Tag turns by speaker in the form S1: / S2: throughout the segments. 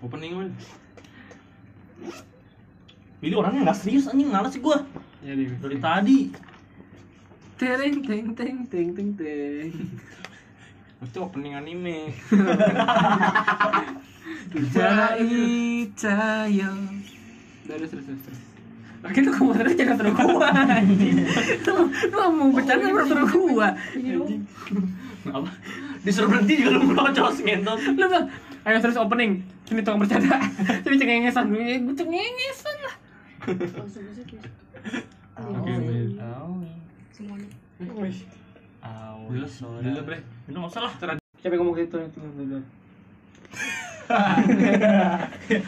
S1: opening men Billy orangnya nggak serius anjing males sih gua
S2: Ya di
S1: dari tadi
S2: tereng teng teng teng teng teng.
S1: itu opening anime
S2: Jai cahaya. Terus terus terus. terus. Lagi tuh kemarin jangan terus gua anjing. Lu lu nggak mau bercanda terus terus gua. Anjing.
S1: apa disuruh berhenti juga lu merocos ngentot
S2: Lu bilang, ayo terus opening. Ini tukang bercanda. Jadi cengengesan dulu. Ya, Gua cengengesan lah.
S1: oke men
S3: semuanya
S1: Dulu, dulu Ah, bre, dulu nggak usah lah.
S2: Siapa yang ngomong gitu?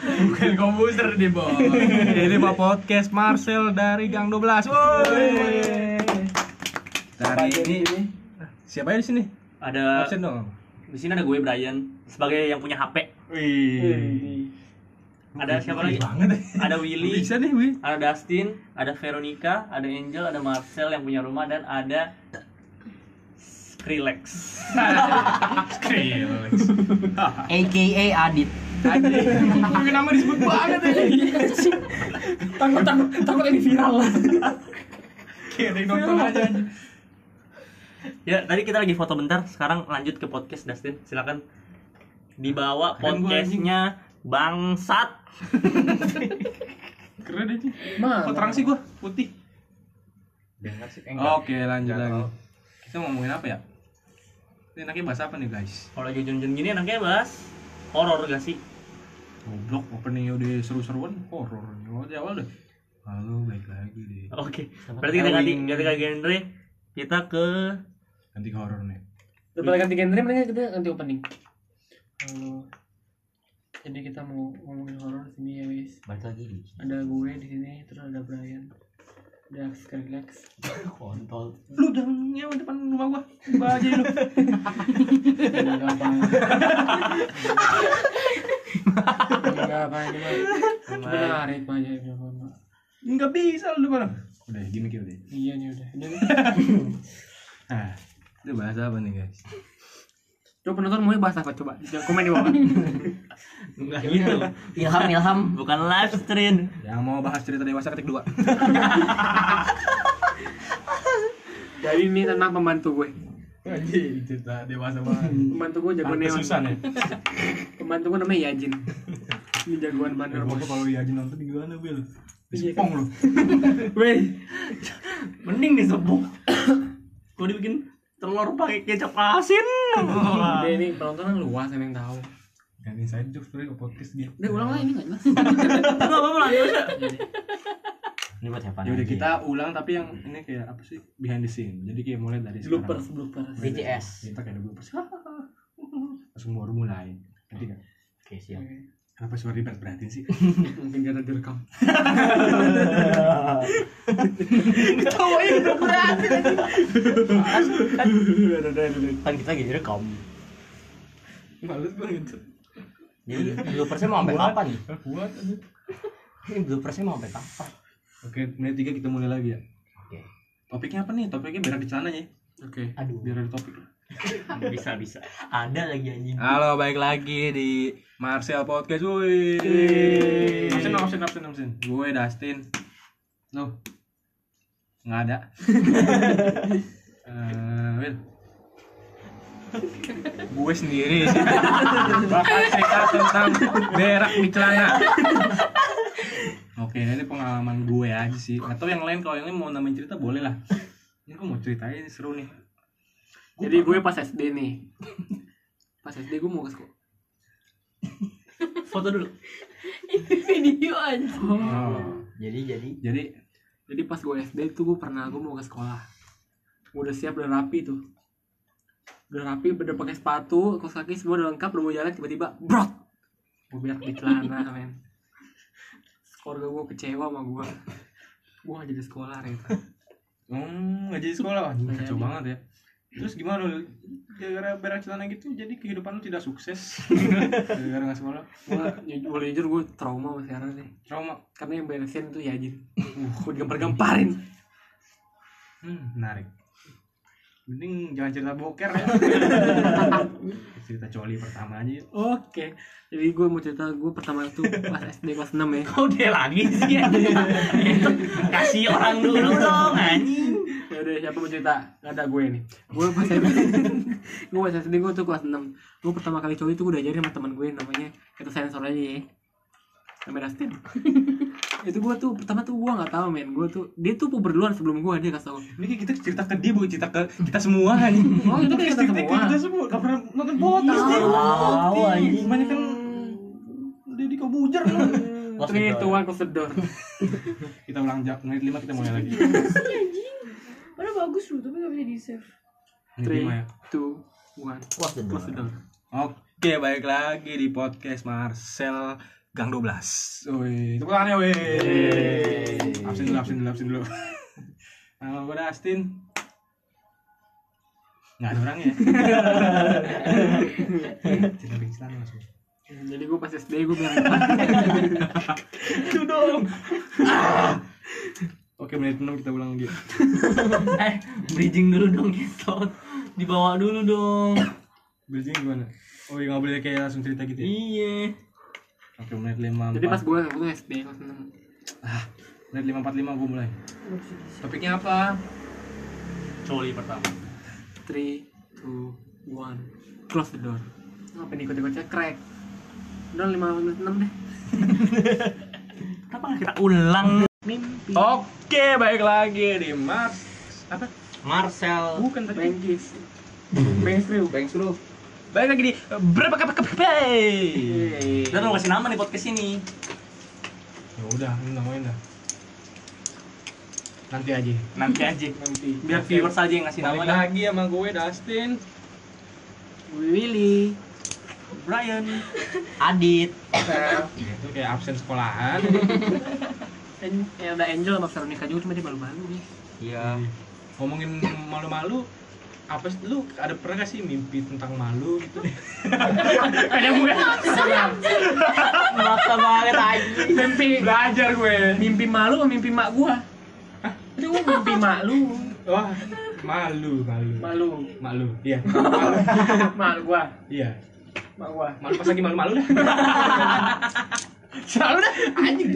S4: Bukan komputer di bawah. Ini Pak Podcast Marcel dari Gang 12. Woi. Dari ini siapa ya di sini?
S1: Ada
S4: Absen dong.
S1: di sini ada gue Brian sebagai yang punya HP.
S4: Wih.
S1: Ada siapa lagi?
S4: Banget.
S1: Ada Willy,
S4: Willy. Bisa nih, Wi.
S1: ada Dustin, ada Veronica, ada Angel, ada Marcel yang punya rumah dan ada Skrillex.
S4: Skrillex.
S5: AKA Adit
S4: Pakai nama disebut banget
S2: eh.
S4: anjing.
S2: Takut takut takut ini viral lah.
S4: Kayak ada yang nonton aja. anjing.
S1: Ya, tadi kita lagi foto bentar, sekarang lanjut ke podcast Dustin. Silakan dibawa
S4: Keren gua, anjing.
S1: podcastnya bangsat.
S4: Keren aja.
S2: Mah.
S4: Kok terang sih gua? Putih.
S6: Dengar sih, eh, enggak.
S4: Oke, lanjut
S6: Enggak
S4: lagi.
S6: tahu.
S4: Kita mau ngomongin apa ya? Ini enaknya bahas apa nih, guys?
S1: Kalau lagi jun-jun gini enaknya bahas horor gak sih?
S4: Goblok, openingnya udah seru-seruan, horor nih. Lo di awal deh. Halo, balik lagi deh.
S1: Oke. Berarti kita ganti ganti ke genre. Kita ke
S4: Nanti ke horor nih.
S6: Hmm.
S2: Daripada ganti genre mendingan kita ganti opening. Halo. Jadi kita mau ngomongin horor di sini ya guys.
S6: Balik lagi di
S2: Ada gue di sini, terus ada Brian, ada Skrillex.
S6: kontol.
S4: Lu jangan nyewa depan rumah gua. Coba aja lu.
S2: Enggak apa. Enggak apa ini mah. Cuma narik mah aja ya, Pak.
S4: Enggak bisa lu depan. Udah, gini kayak udah.
S2: Iya nih udah. Ini-
S4: Nah, itu bahas apa nih, guys?
S2: Coba penonton mau bahas apa coba? Jangan komen di bawah.
S1: enggak gitu.
S5: Ilham Ilham
S1: Bukan live stream.
S4: Yang mau bahas cerita dewasa ketik dua.
S2: Jadi ini tentang pembantu gue.
S4: Anjing, cerita Iya, dewasa banget.
S2: Pembantu gue jago
S4: Tante
S2: neon.
S4: Susan ya.
S2: Pembantu gue namanya Yajin. Ini jagoan bandar
S4: Gua
S2: bos.
S4: kalau ya aja nonton gimana, Bil? Disepong lu.
S2: Weh,
S1: Mending disebut. Kalau dibikin telur pakai kecap asin.
S4: Ah.
S2: Udah ini penonton kan luas yang tahu.
S4: Dan inside jokes sebenernya ke podcast dia.
S2: Udah ulang lah ini enggak jelas.
S1: Enggak apa-apa lah, enggak usah.
S6: Ini buat hepan.
S4: Ya udah kita ulang tapi yang ini kayak apa sih behind the scene. Jadi kayak mulai dari
S2: bloopers,
S4: sekarang.
S2: bloopers.
S4: Mulai dari-
S5: BTS.
S4: Kita kayak ada bloopers. Langsung baru mulai. Nanti kan.
S6: Oke, siap.
S4: Kenapa suara ribet berarti sih?
S2: Mungkin karena direkam.
S6: Kan kita lagi direkam.
S4: Males gue gitu.
S6: Jadi bloopersnya mau sampai kapan nih?
S4: Buat aja.
S6: Ini bloopersnya mau sampai kapan?
S4: Oke, menit tiga kita mulai lagi ya.
S6: Oke.
S4: Topiknya apa nih? Topiknya berak di celana ya.
S2: Oke.
S6: Aduh,
S4: Biar ada topik.
S1: Bisa, bisa.
S6: ada lagi anjing.
S4: Halo, baik lagi di Marcel Podcast. Woi. Absen, absen, absen, absen. Gue Dustin. Lo. Enggak ada. Eh, Will. Gue sendiri sih. Bakal cerita tentang berak di celana. Oke, ini pengalaman gue aja sih. Atau yang lain kalau yang lain mau nambahin cerita boleh lah. Ini gue mau ceritain seru nih.
S2: Jadi gue pas SD nih. Pas SD gue mau ke sekolah.
S1: Foto dulu.
S3: video aja
S4: Oh.
S6: Jadi jadi
S4: Jadi
S2: Jadi pas gue SD tuh gue pernah gue mau ke sekolah. Gue udah siap udah rapi tuh. Udah rapi, udah pakai sepatu, kaos kaki semua udah lengkap, udah mau jalan tiba-tiba brot. Gue berak di celana, men. Keluarga gue kecewa sama gue. Gue gak jadi sekolah, Rita.
S4: Hmm, gak jadi sekolah anjing
S2: Nggak
S4: kacau
S2: jadi.
S4: banget ya. Terus gimana lu? Gara-gara berak celana gitu jadi kehidupan lu tidak sukses. Gara-gara gak sekolah.
S2: Gue, boleh jujur gue trauma sama sekarang nih.
S4: Trauma.
S2: Karena yang beresin tuh ya, Yajin. Uh, gue digempar-gemparin.
S4: Hmm, menarik. Mending jangan cerita boker ya. cerita coli pertama aja yuk.
S2: Oke, jadi gue mau cerita gue pertama itu pas SD kelas 6 ya.
S1: Kok dia lagi sih ya? Itu Kasih orang dulu dong anjing.
S2: Ya udah siapa mau cerita? Gak ada gue nih. Gue pas SD, gue pas SD gue tuh kelas 6 Gue pertama kali coli tuh gue diajarin sama teman gue namanya itu sensor aja ya. Namanya Dustin. itu gue tuh pertama tuh gue nggak tahu men. Gue tuh dia tuh puber duluan sebelum gue dia kasih tau.
S4: Ini kayak kita cerita ke dia bukan cerita ke kita semua anjing.
S2: Oh, itu kayak kita
S4: cerita ke
S2: semua.
S4: kita semua. Gak pernah nonton podcast
S2: Iya,
S4: dia.
S6: tahu, anjing.
S4: Gimana kan Deddy Kobujer
S2: Three, two, one, kesedor.
S4: Kita ulang jam menit lima kita mulai lagi.
S3: Iya, anjing. Padahal bagus loh, tapi gak bisa di-save.
S4: Menit
S2: Three,
S4: lima ya.
S2: two, one,
S6: Kuas deh.
S2: kesedor.
S4: Oke, balik lagi di podcast Marcel Gang 12. Woi, tepuk tangannya woi. Absen dulu, absen dulu, absen dulu. Nama gue Dustin. Nggak ada orangnya. Cerita bincang langsung.
S2: Jadi gue pas SD gue bilang
S4: Oke, menit 6 kita ulang lagi.
S1: Eh, bridging dulu dong gitu. Dibawa dulu dong.
S4: Bridging gimana? Oh, iya nggak boleh kayak langsung cerita gitu ya?
S1: Iya.
S4: Oke, menit 5.
S2: Jadi pas gue waktu SD kelas 6
S4: menit 545 gue mulai. Topiknya apa?
S1: Coli pertama.
S2: three, two, one, close the door. Ngapain ikut-ikut cekrek? Udah lima menit enam deh.
S1: Kenapa nggak kita ulang?
S4: Oke, balik lagi di Mars apa?
S6: Marcel.
S4: Bukan tadi.
S2: Bengkis. Bengkis
S6: Bang Sulu.
S4: Balik lagi di eh, berapa kapan kapan?
S1: Kita mau kasih nama nih podcast ini.
S4: Ya udah, lu namain dah. Nanti aja.
S1: Nanti aja.
S4: Nanti.
S1: Biar viewers aja yang ngasih
S4: Balik
S1: nama. dah.
S4: lagi sama gue Dustin.
S2: Willy.
S1: Brian.
S5: Adit
S4: Itu Gitu, kayak absen sekolahan.
S2: An- eh, ada Angel sama Veronica juga cuma dia malu-malu nih.
S6: Iya.
S4: Ngomongin malu-malu apa sih lu ada pernah gak sih mimpi tentang malu gitu? Ada bukan?
S6: Maksa banget aja.
S2: Mimpi
S4: Belajar gue.
S2: mimpi malu sama mimpi mak gua. Itu gua mimpi malu.
S4: Wah, malu, malu.
S2: Malu.
S4: Malu. Iya. Malu.
S2: Mak gua.
S4: Iya.
S2: Mak gua.
S4: Malu pas lagi malu-malu dah.
S2: Selalu dah anjing.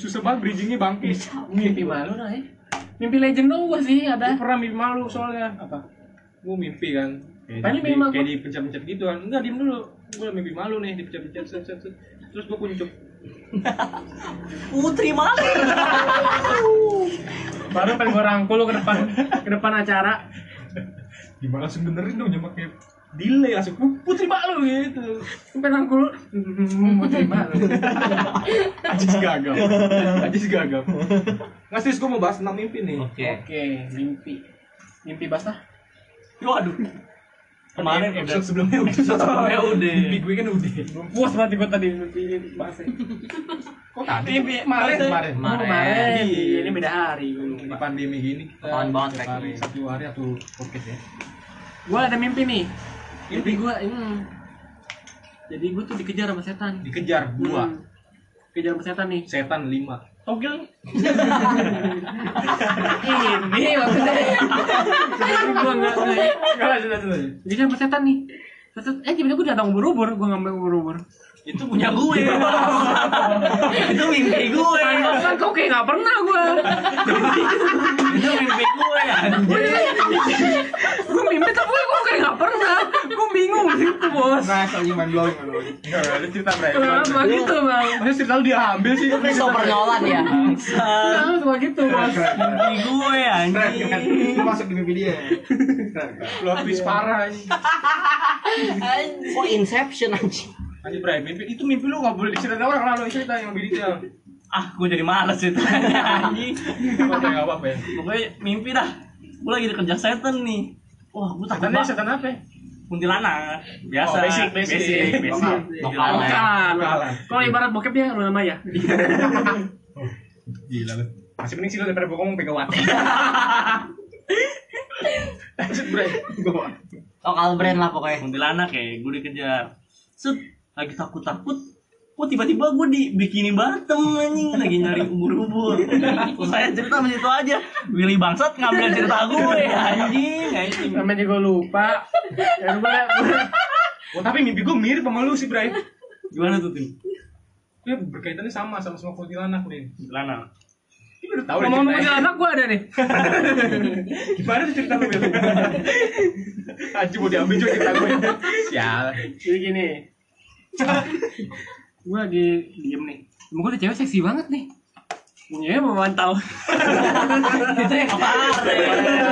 S4: Susah banget bridgingnya bangkis.
S2: Mimpi malu dah ya. Mimpi legend dong gua sih
S4: Gue
S2: ada.
S4: pernah mimpi malu soalnya. Apa? Gue mimpi kan. Kayak
S2: Tadi
S4: di-
S2: mimpi malu.
S4: Kayak dipencet-pencet gitu kan. Enggak, diem dulu. Gue mimpi malu nih, dipencet-pencet. set, set, set. Terus gue kuncup.
S1: Putri malu.
S2: Baru pengen gua rangkul lu ke depan ke depan acara.
S4: Gimana langsung benerin dong, jangan pakai delay. Langsung "Pu- putri malu gitu.
S2: Sampai rangkul Hmm, mau terima lu.
S4: Ajis gagap. Ajis gagap. Nggak serius, gue mau bahas tentang mimpi nih.
S1: Oke.
S2: Oke, mimpi. Mimpi basah.
S1: Waduh. Kemarin udah.
S4: Tapi Iya, episode sebelumnya udah.
S1: sebelumnya udah.
S4: Mimpi gue kan udah.
S2: Belum puas berarti gua tadi mimpi basah.
S4: Kok tadi?
S2: Mimpi kemarin.
S4: Kemarin.
S2: Oh, Kemarin. Iya, ini beda hari. gua
S4: Di
S2: lupa.
S4: pandemi gini kita
S6: Apaan banget,
S4: setiap
S6: Rek?
S4: hari, satu hari atau podcast ya.
S2: Gua ada mimpi nih. Mimpi gua hmm. Jadi gua tuh dikejar sama setan.
S4: Dikejar dua,
S2: Hmm. Kejar sama setan nih.
S4: setan lima.
S2: Togel. ini maksudnya. gua enggak
S4: Enggak, sudah, sudah.
S2: Jadi sama setan nih. Terus- Eh tiba-tiba gue datang ubur-ubur, gue ngambil ubur-ubur
S1: Itu punya gue. Itu mimpi gue.
S2: Kan kau kayak gak pernah gue
S1: Itu mimpi gue anjing.
S2: Gue mimpi tapi gue kayak gak pernah Gue bingung di situ bos
S4: Nah, Enggak, ada cerita mereka.
S2: Kenapa gitu bang?
S4: Maksudnya cerita lu diambil sih. Nah,
S5: Ini soper Nolan ya
S2: Kenapa gitu bos?
S1: Mimpi gue anjing.
S4: masuk di mimpi dia. Plot twist parah ini.
S5: Kok Oh, Inception anjing
S4: Anjing Bray, mimpi itu mimpi lu enggak boleh diceritain orang lalu cerita yang lebih detail.
S1: Ah, gue jadi males itu anjing.
S4: Apa enggak apa-apa ya.
S1: Pokoknya mimpi dah. Gue lagi dikejar setan nih. Wah, gue takut
S4: Setannya
S1: banget.
S4: setan apa?
S1: Kuntilanak. Biasa.
S4: Oh, basic, basic.
S1: basic.
S4: Lokal.
S1: Lokal.
S2: Bukan
S4: Bukan.
S2: Kalau ibarat bokep ya lu nama ya?
S4: Gila lu. Masih mending sih lu daripada bohong pegawati. Lanjut Bray. Gua.
S5: Lokal brand Oh, lah pokoknya
S1: Kuntilanak ya, gue dikejar. Set, lagi takut-takut. Kok tiba-tiba gue dibikinin Batem anjing lagi nyari ubur-ubur. Terus saya cerita sama situ aja. Willy bangsat ngambil cerita gue anjing anjing.
S4: Namanya juga lupa. Ya lupa ya. Oh, tapi mimpi gue mirip sama lu sih, Bray.
S1: Gimana tuh tim?
S4: Ya berkaitannya sama sama semua kuntilanak nih.
S1: Lana.
S4: Ini udah tahu deh
S2: Ngomong
S4: ceritanya.
S2: anak gue ada nih.
S4: Gimana tuh cerita lu, Bel? Anjing mau diambil juga cerita gue. Sial.
S2: Jadi gini. gue lagi diem nih. Emang gue ada cewek seksi banget nih. Punya mau mantau. Itu yang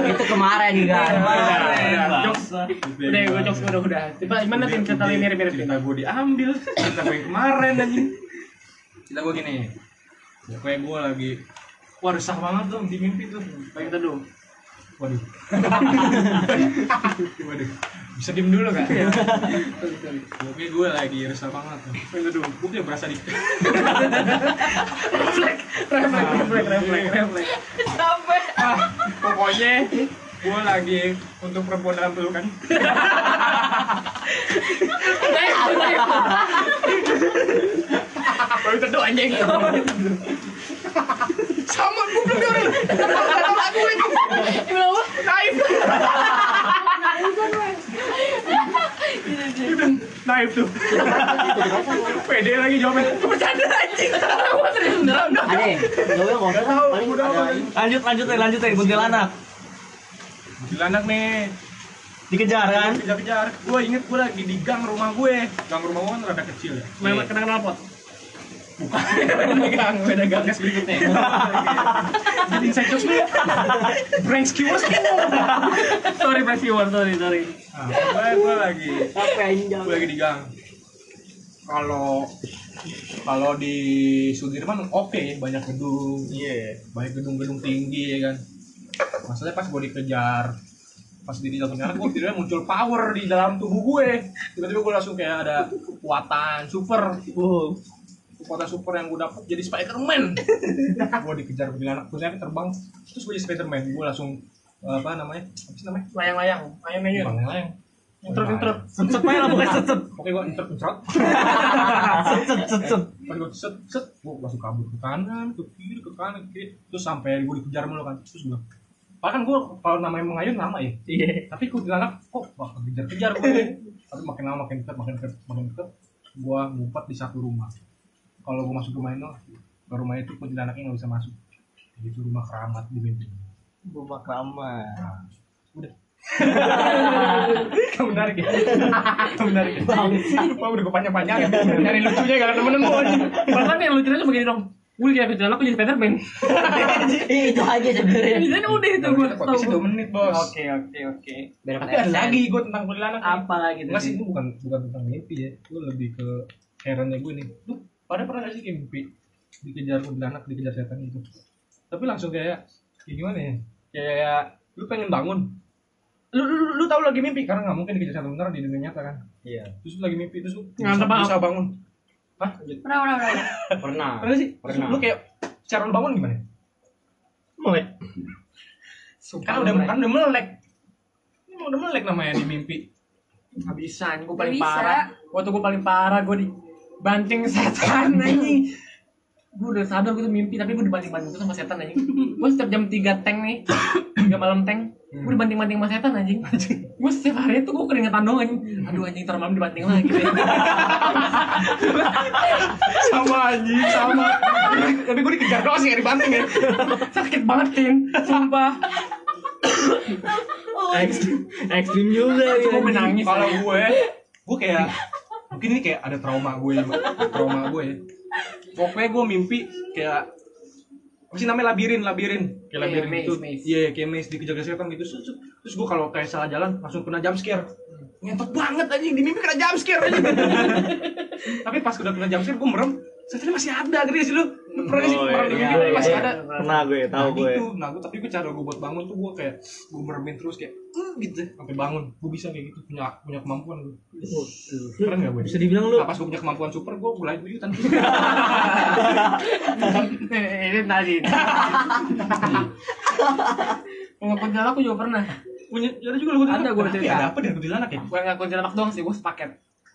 S5: itu kemarin kan
S4: ya,
S1: Jokes.
S2: Udah, gue jokes udah udah. Coba gimana tim cerita lu mirip-mirip tim?
S4: cerita gue diambil cerita gue yang kemarin anjing cerita gue gini pokoknya gue Ya, lagi wah resah banget dong di mimpi tuh
S2: Baik teduh.
S4: waduh waduh bisa diem dulu kan pokoknya gue lagi resah banget tuh waduh gue udah berasa di
S2: Reflek, reflek, reflek, reflek.
S4: ah, pokoknya gue lagi untuk perempuan dalam pelukan
S2: Baru teduh anjing.
S4: sama gue belum dengerin kata lagu itu naif udah naif tuh pede lagi jawabnya bercanda anjing
S2: Gue serius beneran udah.
S5: ada gue yang
S4: Gak
S5: ngomong
S4: tahu,
S5: paling
S4: udah
S5: ada
S4: apa
S5: ini.
S1: Lanjut lanjut eh, lanjut eh kuntilanak.
S4: Kuntilanak nih
S1: Dikejar kan?
S4: kejar-kejar gue inget gue lagi di gang rumah gue gang rumah gue kan rada kecil ya
S2: Memang kena knalpot.
S4: beda gang beda gang kes berikutnya jadi saya jokes dulu ya brain skewers
S2: Sorry Presi War, sorry, sorry.
S4: nah, Ah, pokoknya gue lagi
S5: apa yang jauh
S4: gue lagi di gang kalau kalau di Sudirman oke banyak gedung iya banyak gedung-gedung tinggi ya kan masalahnya pas gue dikejar pas di dalam penjara gue tiba muncul power di dalam tubuh gue tiba-tiba gue langsung kayak ada kekuatan super kekuatan super yang gue dapet jadi Spiderman gue dikejar kuntilanak kuntilanak terbang terus gue jadi Spiderman gue langsung apa namanya apa sih namanya
S2: Layang-layang, ayam-ayam.
S4: Bang Layang.
S2: Entrut, entrut.
S1: Set lah bukan
S2: Iya.
S1: set set
S4: Oke, gue entrut, entrut.
S1: set set set set.
S4: Pas gue set set, gue langsung kabur ke kanan, ke kiri, ke kanan, ke kiri. Terus sampai gue dikejar mulu kan. Terus gue Padahal kan gue kalau namanya mengayun lama ya.
S1: Iya.
S4: Tapi gue bilang kok bakal kejar-kejar gue. Tapi makin lama makin dekat, makin dekat, makin dekat. Gue ngumpet di satu rumah. Kalau gue masuk rumah itu, ke rumah itu kuntilanaknya nggak bisa masuk. Jadi itu rumah keramat di mimpi.
S1: Rumah keramat.
S4: Nah, udah. Kamu menarik ya? Kamu menarik ya? Wah, udah gue panjang-panjang ya?
S2: Nyari lucunya gak nemu-nemu anjing. Bahkan kan yang lucunya tuh begini dong. Gue kayak kejalan, aku jadi Spiderman.
S5: Eh, itu aja sebenarnya
S2: Jadi udah Iya, itu gue tau.
S4: Podcast 2 menit, Bos.
S2: Oke, oke, oke.
S4: Tapi ada lagi gue tentang kuntilanak. nih.
S2: Apa lagi
S4: Enggak sih, gue bukan bukan tentang mimpi ya. Gue lebih ke herannya gue nih. Lu pada pernah gak sih kayak mimpi dikejar kuntilanak, dikejar setan gitu. Tapi langsung kayak kayak gimana ya? Kayak lu pengen bangun. Lu lu, lu tahu lagi mimpi karena nggak mungkin dikejar setan beneran di dunia nyata kan.
S5: Iya.
S4: Terus lu lagi mimpi terus lu
S2: Nggak,
S4: bisa,
S2: maaf.
S4: bisa bangun. Hah?
S2: Ah,
S4: Lanjut.
S3: Pernah, pernah, pernah.
S5: pernah
S4: Pernah sih? Terus
S5: Pernah.
S4: Lu kayak cara lu bangun gimana?
S1: Mulai.
S4: Kan udah kan udah melek. Emang udah melek namanya di mimpi.
S2: Habisan, gue paling
S3: Nggak bisa.
S2: parah. Waktu gue paling parah, gue dibanting setan anjing. Gue udah sadar gue tuh mimpi, tapi gue dibanting-banting terus sama setan anjing. Gue setiap jam 3 tank nih, 3 malam tank. Gue dibanting-banting sama setan anjing. Gue setiap hari tuh gue keringetan doang anjing. Aduh anjing, ntar malam dibanting lagi.
S4: sama anjing sama tapi gue dikejar doang sih gak dibanting ya
S2: Sakit banget, Tin. Sumpah.
S1: Ekstrim juga
S2: Gue menangis.
S4: kalau gue gue kayak mungkin ini kayak ada trauma gue ya, trauma gue ya pokoknya gue mimpi kayak apa sih namanya labirin labirin kayak
S2: Iya,
S4: labirin
S2: maze,
S4: gitu
S2: maze.
S4: iya kayak maze dikejar kejar setan gitu Sus, sus. terus gue kalau kayak salah jalan langsung kena jump scare ngentot banget anjing di mimpi kena jump scare anjing tapi pas udah kena jump scare gue merem setannya masih ada gede sih lu Lu pernah sih
S1: Oh,
S4: pernah di
S1: iya,
S4: mimpi
S1: iya,
S4: masih
S1: iya.
S4: ada
S1: Pernah gue, tahu
S4: nah,
S1: gue.
S4: gitu. Nah, gue tapi gue cara gue buat bangun tuh gue kayak gue meremin terus kayak "Mm," gitu sampai bangun. Gue bisa kayak gitu punya punya kemampuan gue. Keren gak gue?
S1: Bisa dibilang lu
S4: Nah, pas gue punya kemampuan super, gue mulai buyutan.
S2: ini tadi Mau kuntilanak aku juga pernah
S4: Punya ada juga lu
S2: Ada, gua
S4: Kenapa
S2: cerita.
S4: ya? Ada apa dia kuntilanak ya?
S2: Bukan ngaku kuntilanak doang sih, gue sepaket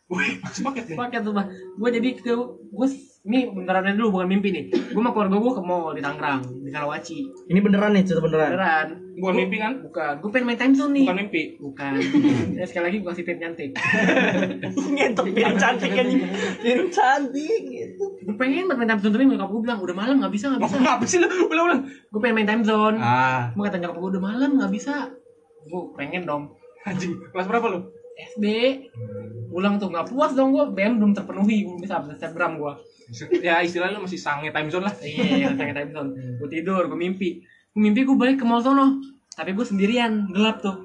S4: Wih, masih paket nih.
S2: pakai tuh mah gue jadi ke gue ini beneran dulu bukan mimpi nih gue sama keluarga gue ke mall di Tangerang di Karawaci
S5: Ini beneran nih, cerita beneran.
S2: beneran
S4: Bukan mimpi kan?
S2: bukan gue pengen main time zone nih
S4: Bukan mimpi.
S2: bukan ya, sekali lagi gue kasih tim cantik
S1: Ngentot piring cantik kan Piring cantik gitu.
S2: gue pengen banget main time zone tapi nyokap gue bilang udah malam nggak bisa nggak
S4: Mau
S2: bisa
S4: ngapa sih lu? Ulang-ulang.
S2: gue pengen main time zone
S4: Ah,
S2: gue kata nyokap gue udah malam nggak bisa gue pengen dong
S4: anjing. Kelas berapa lu?
S2: SD pulang tuh nggak puas dong gue BM belum terpenuhi gue bisa update Instagram gue
S4: Ya istilahnya lu masih sange time zone lah.
S2: iya tanya time zone gue tidur gue mimpi gue mimpi gue balik ke mall sono tapi gue sendirian gelap tuh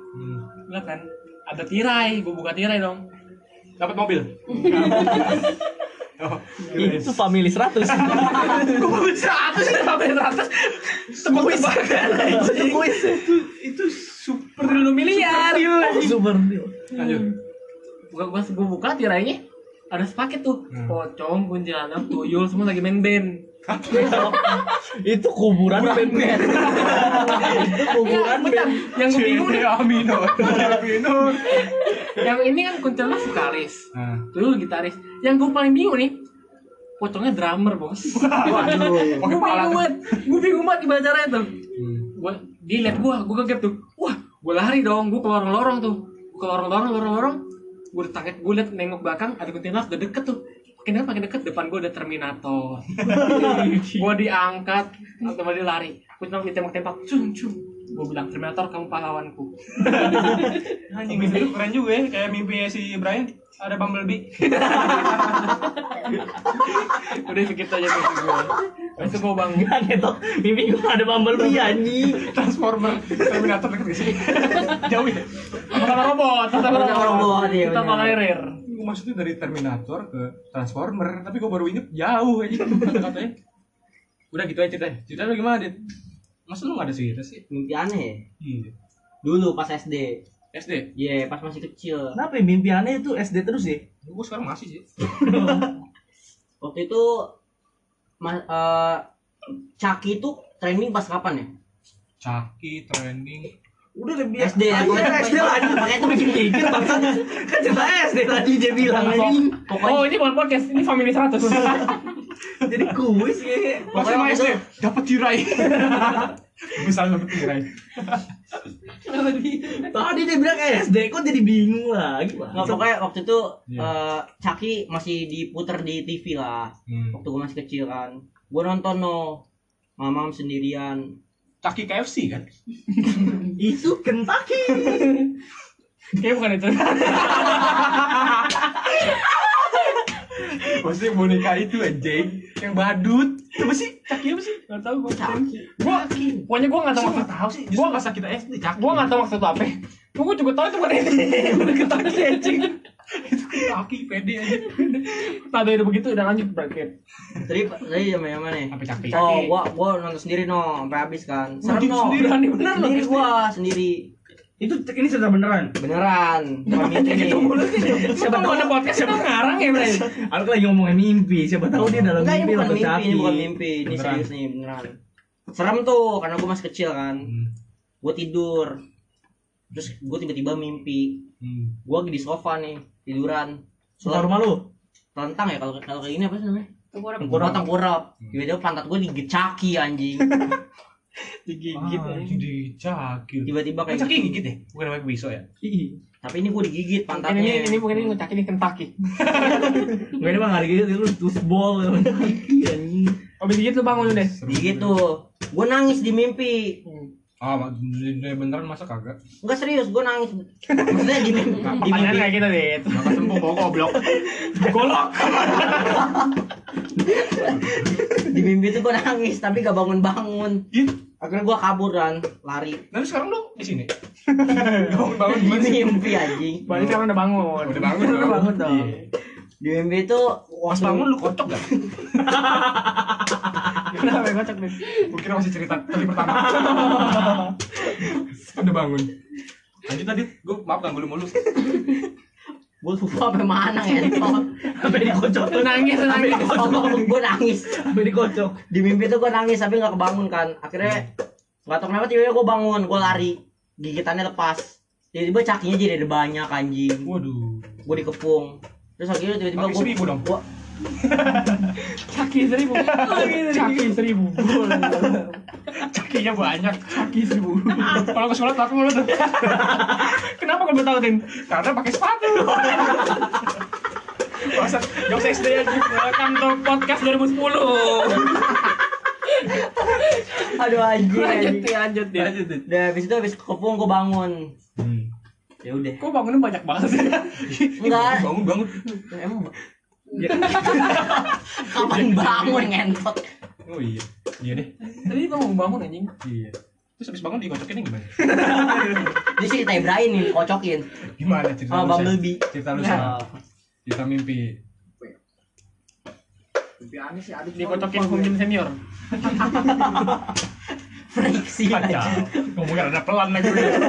S2: gelap kan ada tirai gue buka tirai dong
S4: Dapat mobil. Oh,
S1: Itu family 100.
S2: gue bisa atas sampai ratus tebak tebakan
S1: Itu kuis. ya.
S4: itu super
S2: perlu miliar
S1: Super deal.
S4: lanjut
S2: buka gue gue buka tirainya ada sepaket tuh
S4: Hmm.
S2: pocong kuntilanak tuyul semua lagi main band
S1: Itu kuburan Batman. Itu kuburan
S5: Iya,
S2: bentar.
S1: Batman.
S2: yang gue bingung nih
S4: amino amino
S2: yang ini kan kuntilanak vokalis Dulu gitaris. Yang gue paling bingung nih, pocongnya drummer bos. Waduh. gue bingung banget. Gue bingung banget gimana caranya tuh. Gue dia liat gue, gue kaget tuh. Wah, gue lari dong. Gue ke lorong-lorong tuh. Gue ke lorong-lorong, lorong-lorong. Gue target gue liat nengok belakang ada kuntilanak udah deket tuh. Makin deket, makin deket. Depan gue ada Terminator. gue diangkat, atau dia lari. Gue cuma ditembak-tembak, cung cung. Gue bilang Terminator kamu pahlawanku.
S4: anjing itu keren juga ya kayak mimpinya si Brian ada Bumblebee
S2: Udah segitu aja mimpi gue. Besok gue bangun.
S1: Kan
S5: Gitu.
S1: itu mimpi gua ada Bumblebee Iya, anjing.
S4: Transformer Terminator deket gak sih jauh ya
S2: sama robot, sama
S5: Sama
S2: robot.
S5: robot, iya
S2: Kita
S5: benar.
S2: pakai rare.
S4: Gua maksudnya dari Terminator ke Transformer tapi gue baru inget jauh aja kata-katanya udah gitu aja ceritanya cerita lu gimana Dit? masa lu gak ada cerita sih
S5: Mimpi aneh.
S4: Iya.
S5: Dulu pas SD.
S4: SD
S5: Iya, pas masih kecil.
S1: Kenapa ya mimpi aneh itu SD terus ya?
S4: gue sekarang masih sih
S5: Waktu itu ma- eh, Caki itu trending pas kapan ya?
S4: Caki trending
S1: Udah lebih
S5: SD ya?
S1: Anjing, SD iya, lah anjing.
S5: Makanya tuh bikin
S1: Mikir bangsat. Kan cerita SD tadi dia bilang anjing.
S2: Oh, ini bukan podcast, ini family 100.
S1: Jadi kuis ya.
S4: Pas sama SD dapat tirai. Bisa dapat tirai.
S1: Tadi dia bilang SD kok jadi bingung lagi.
S5: Nggak,
S1: Bang.
S5: pokoknya waktu itu
S4: Iya.
S5: eh, Caki masih diputer di TV lah.
S4: Hmm.
S5: Waktu gue masih kecil kan. Gue nonton no. Mamam sendirian.
S4: Kaki KFC kan?
S1: Itu Kentucky.
S2: Kayaknya Iya, bukan itu.
S4: Maksudnya boneka itu anjing yang badut. Apa sih? Kaki apa sih?
S2: Enggak tahu gua. Gua pokoknya gua enggak tahu
S4: Gua
S2: maksud.
S4: nggak tahu sih.
S2: Gua
S4: Gua enggak sakit SD kaki.
S2: Gua enggak tahu maksud lu apa. Gua gua juga tahu itu bukan ini. Udah ketahuan sih anjing.
S4: kaki pede aja.
S2: Nah, dari begitu udah lanjut bracket.
S5: Tadi tadi jam yang mana ya?
S4: Sampai kaki.
S5: Oh, gua gua nonton sendiri no, sampai habis kan. Serem no.
S4: sendiri.
S2: Berani bener lu.
S5: Sendiri gua sendiri.
S1: Itu ini cerita beneran.
S5: Beneran. Bukan mimpi nih.
S2: Siapa tahu ada podcast siapa ngarang ya, Bray.
S1: Aku lagi ngomongin mimpi, siapa tahu dia dalam
S5: Enggak, ini
S1: mimpi
S5: bukan
S1: nonton
S5: mimpi,
S1: Caki.
S5: ini bukan mimpi. Ini
S4: Beneran.
S5: serius nih, beneran. Serem tuh karena gua masih kecil kan.
S4: Hmm.
S5: Gua tidur. Terus gua tiba-tiba mimpi.
S4: Hmm.
S5: Gua lagi di sofa nih, tiduran.
S1: Suka rumah lu.
S5: Telentang ya kalau kalau kayak gini apa sih namanya?
S3: Tengkorak.
S5: Tengkurap. Oh, tengkurap. Tiba-tiba pantat gue digecaki anjing.
S2: Digigit.
S4: Gitu Anjing di caki.
S2: Eh,
S5: Tiba-tiba kayak
S4: Caki
S5: gitu.
S4: gigit deh, bukan namanya pisau ya.
S5: Tapi ini gue digigit
S2: Mungkin
S5: pantatnya.
S2: ini ini mungkin ini ngecak ini Kentucky.
S1: Gue ini mah hari gitu lu tusbol lu. Caki anjing.
S2: Habis digigit lu bangun lu deh.
S5: Digigit tuh. Gue nangis di mimpi.
S4: Ah, mak- beneran masa kagak?
S5: Enggak serius, gue nangis. Maksudnya di mimpi. di
S2: Pertanyaan
S5: mimpi.
S2: kayak gitu deh.
S4: Bakal sembuh mau goblok.
S2: Golok.
S5: Di mimpi tuh gue nangis, tapi gak bangun-bangun.
S4: Ih,
S5: Akhirnya gue kabur kan, lari.
S4: lalu sekarang lu di sini. Bangun-bangun
S5: Di
S4: gimana sih?
S5: mimpi anjing.
S2: Balik sekarang udah bangun.
S4: Udah bangun.
S2: Udah bangun dong.
S4: Iya.
S5: Di mimpi itu
S4: Pas bangun lu kocok gak?
S2: Kenapa ya, kocak nih?
S4: Gue kira masih cerita kali pertama. Udah bangun. Lanjut tadi, gue maaf ganggu lu mulu.
S5: gue lupa sampai mana ya.
S1: Sampai dikocok.
S2: Lu nangis, lu nangis.
S5: gue nangis.
S1: Sampai dikocok.
S5: di mimpi tuh gue nangis tapi nggak kebangun kan akhirnya nggak tau kenapa tiba-tiba gue bangun gue lari gigitannya lepas tiba-tiba cakinya jadi ada banyak anjing
S4: Waduh.
S5: gue dikepung terus lagi itu tiba-tiba
S4: Pakai seribu dong.
S5: gua
S2: Caki seribu. Caki seribu.
S4: Cakinya banyak.
S2: Caki seribu.
S4: Kalau ke sekolah takut mulu tuh.
S2: Kenapa kamu tahu Tin?
S4: Karena pakai sepatu. Masa jokes SD aja.
S2: ya, Welcome to podcast 2010.
S5: aduh anjing
S2: lanjut
S5: anjing.
S2: ya, lanjut ya.
S4: Lanjutin.
S5: udah habis itu habis kepung gua bangun ya udah
S2: Kok bangunnya banyak banget sih?
S5: Enggak.
S4: Bangun bangun.
S5: emang ba- kapan bangun ngentot
S4: Oh iya. Iya deh.
S2: Tadi kamu mau bangun anjing.
S4: Iya. Terus habis bangun dikocokinnya gimana?
S5: dia sih kita Ibrahim nih kocokin
S4: Gimana cerita
S5: sama
S4: lu? Sen?
S5: Bumblebee
S4: Cerita lu Sen.
S5: Nah,
S4: Cerita mimpi.
S2: Tapi aneh sih ada dikocokin pemimpin senior.
S5: friksi
S4: Kacau.
S5: aja
S4: Ngomongnya ada pelan lagi. lu.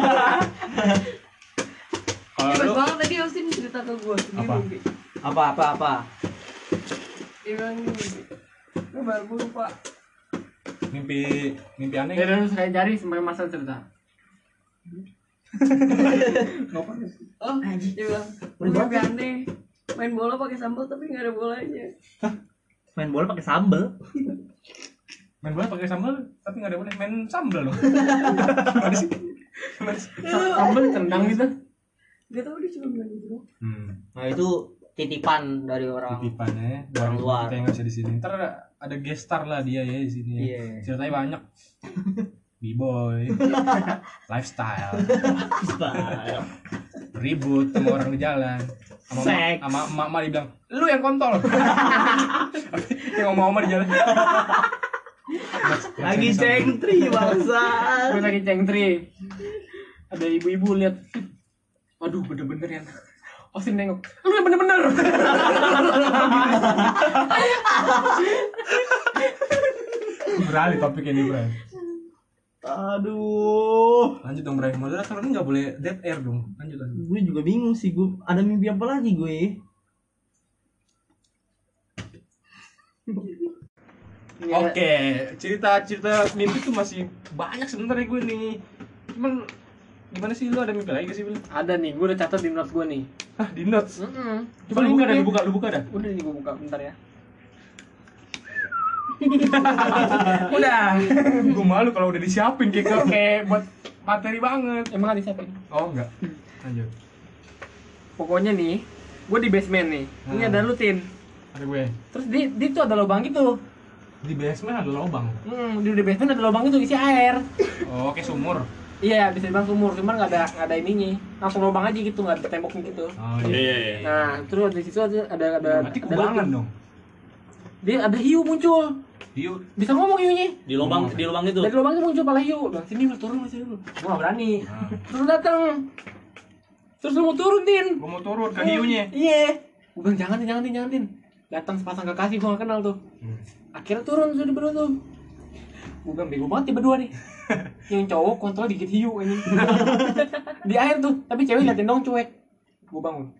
S4: Kalau
S3: Hebat
S4: lu
S3: banget tadi Austin cerita ke gue Dia
S4: Apa?
S3: mimpi
S5: apa apa apa
S3: Dia bilang dia mimpi Gue baru gua lupa
S4: mimpi mimpi aneh
S2: Ya terus saya cari sampai masa cerita.
S3: Oh dia bilang Gue mimpi aneh Main bola pakai sambal tapi gak ada bolanya
S1: main bola pakai sambel
S4: main bola pakai sambal tapi nggak ada boleh main sambal loh
S2: Sambal tendang gitu.
S3: Gak tau dia cuma bilang gitu
S4: hmm.
S5: nah itu titipan dari orang
S4: titipannya dari
S5: luar.
S4: kita yang nggak bisa di sini ntar ada, ada guest star lah dia ya di sini ya.
S5: Iya.
S4: ceritanya banyak b-boy lifestyle ribut sama orang di jalan sama emak-
S5: Seks.
S4: sama emak emak dibilang lu yang kontol yang ngomong emak di jalan
S1: lagi cengtri bangsa
S2: Gue lagi cengtri. Ada ibu-ibu lihat. Aduh bener-bener ya. Austin nengok. Lu yang bener-bener.
S4: beralih topik ini Bray
S1: aduh
S4: lanjut dong Bray moderator ini nggak boleh dead air dong lanjut lanjut
S1: gue juga bingung sih gue ada mimpi apa lagi ya? gue
S4: Oke, cerita-cerita mimpi tuh masih banyak sebenarnya gue nih. Cuman gimana sih lu ada mimpi lagi gak sih, Bil?
S2: Ada nih, gue udah catat di notes gue nih.
S4: Hah, di notes.
S2: Mm-mm.
S4: Coba lu buka dah, lu buka, lu buka dah.
S2: Udah nih gue buka bentar ya. udah.
S4: gue malu kalau udah disiapin kayak kayak buat materi banget.
S2: Emang ada siapa?
S4: Oh, enggak. Lanjut.
S2: Pokoknya nih, gue di basement nih. Ini
S4: Hmm.
S2: ada lutin.
S4: Ada gue.
S2: Terus di di tuh ada lubang gitu.
S4: Di basement ada lubang.
S2: Hmm, di, di basement ada lubang gitu isi air.
S4: Oh, kayak sumur.
S2: Iya, bisa dibilang sumur, cuman nggak ada nggak ada ininya. Langsung lubang aja gitu, nggak ada temboknya gitu.
S4: Oh, iya.
S2: Nah, terus di situ ada ada ada,
S4: Berarti
S2: ada
S4: kubangan dong.
S2: Dia ada hiu muncul.
S4: Yuk,
S2: Bisa ngomong hiunya.
S1: di lubang di lubang itu
S2: Dari lubang itu muncul pala hiu. Bilang sini lu turun sini lu. Hmm. Gua nggak berani.
S4: Nah.
S2: Terus datang. Terus lu mau turun, Tin.
S4: gue mau turun ke hiunya.
S2: Iya. Gua bilang jangan, Tin, jangan, Tin, jangan, Tin. Datang sepasang kekasih gua nggak kenal tuh.
S4: Hmm.
S2: Akhirnya turun sudah berdua tuh. Gua bilang bego banget ya berdua nih. Yang cowok kontol dikit hiu ini. Di air tuh, tapi cewek liatin dong cuek. Gua bangun.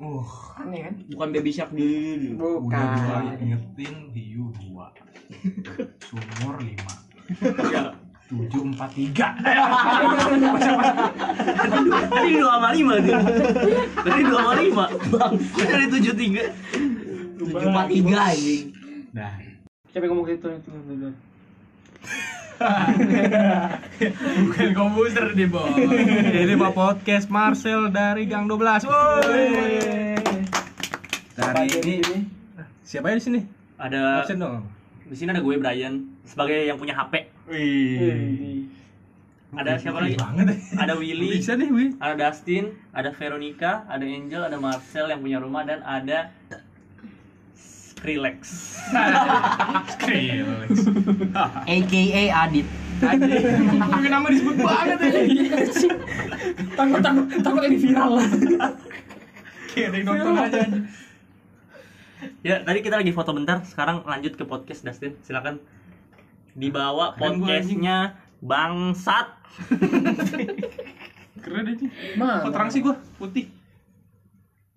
S4: Uh,
S2: Aneh kan?
S5: bukan baby shark dulu
S4: udah dua
S2: Bukan.
S4: ingetin hiu dua. Sumur lima. Tujuh empat tiga.
S1: dari dua sama lima dia dari dua sama lima bang dari tujuh tiga
S5: tujuh empat tiga anjing
S4: Nah,
S2: Siapa yang ngomong gitu? Itu, itu, itu.
S4: bukan komputer deh, Bos. Ini Pak Podcast Marcel dari Gang 12. Woi.
S2: Apa
S4: Dari
S2: aja di
S4: ini
S2: sini?
S4: siapa aja di sini?
S1: ada
S4: Absen dong.
S1: di sini ada gue Brian sebagai yang punya HP
S4: Wih.
S1: ada siapa lagi
S4: Wih, Banget. eh.
S1: ada Willy
S4: Bisa nih, Wi.
S1: ada Dustin, ada Veronica, ada Angel, ada Marcel yang punya rumah dan ada Skrillex.
S4: Skrillex.
S5: aka Adit
S4: Anjing. Pakai nama disebut banget ini.
S2: Takut, takut, takut ini viral.
S4: Kayak ada yang nonton aja. anjing.
S1: Ya, tadi kita lagi foto bentar, sekarang lanjut ke podcast Dustin. Silakan dibawa
S4: Keren gua, anjing.
S1: podcastnya bangsat.
S4: Keren aja.
S2: Mana?
S4: Kok terang sih gua? Putih.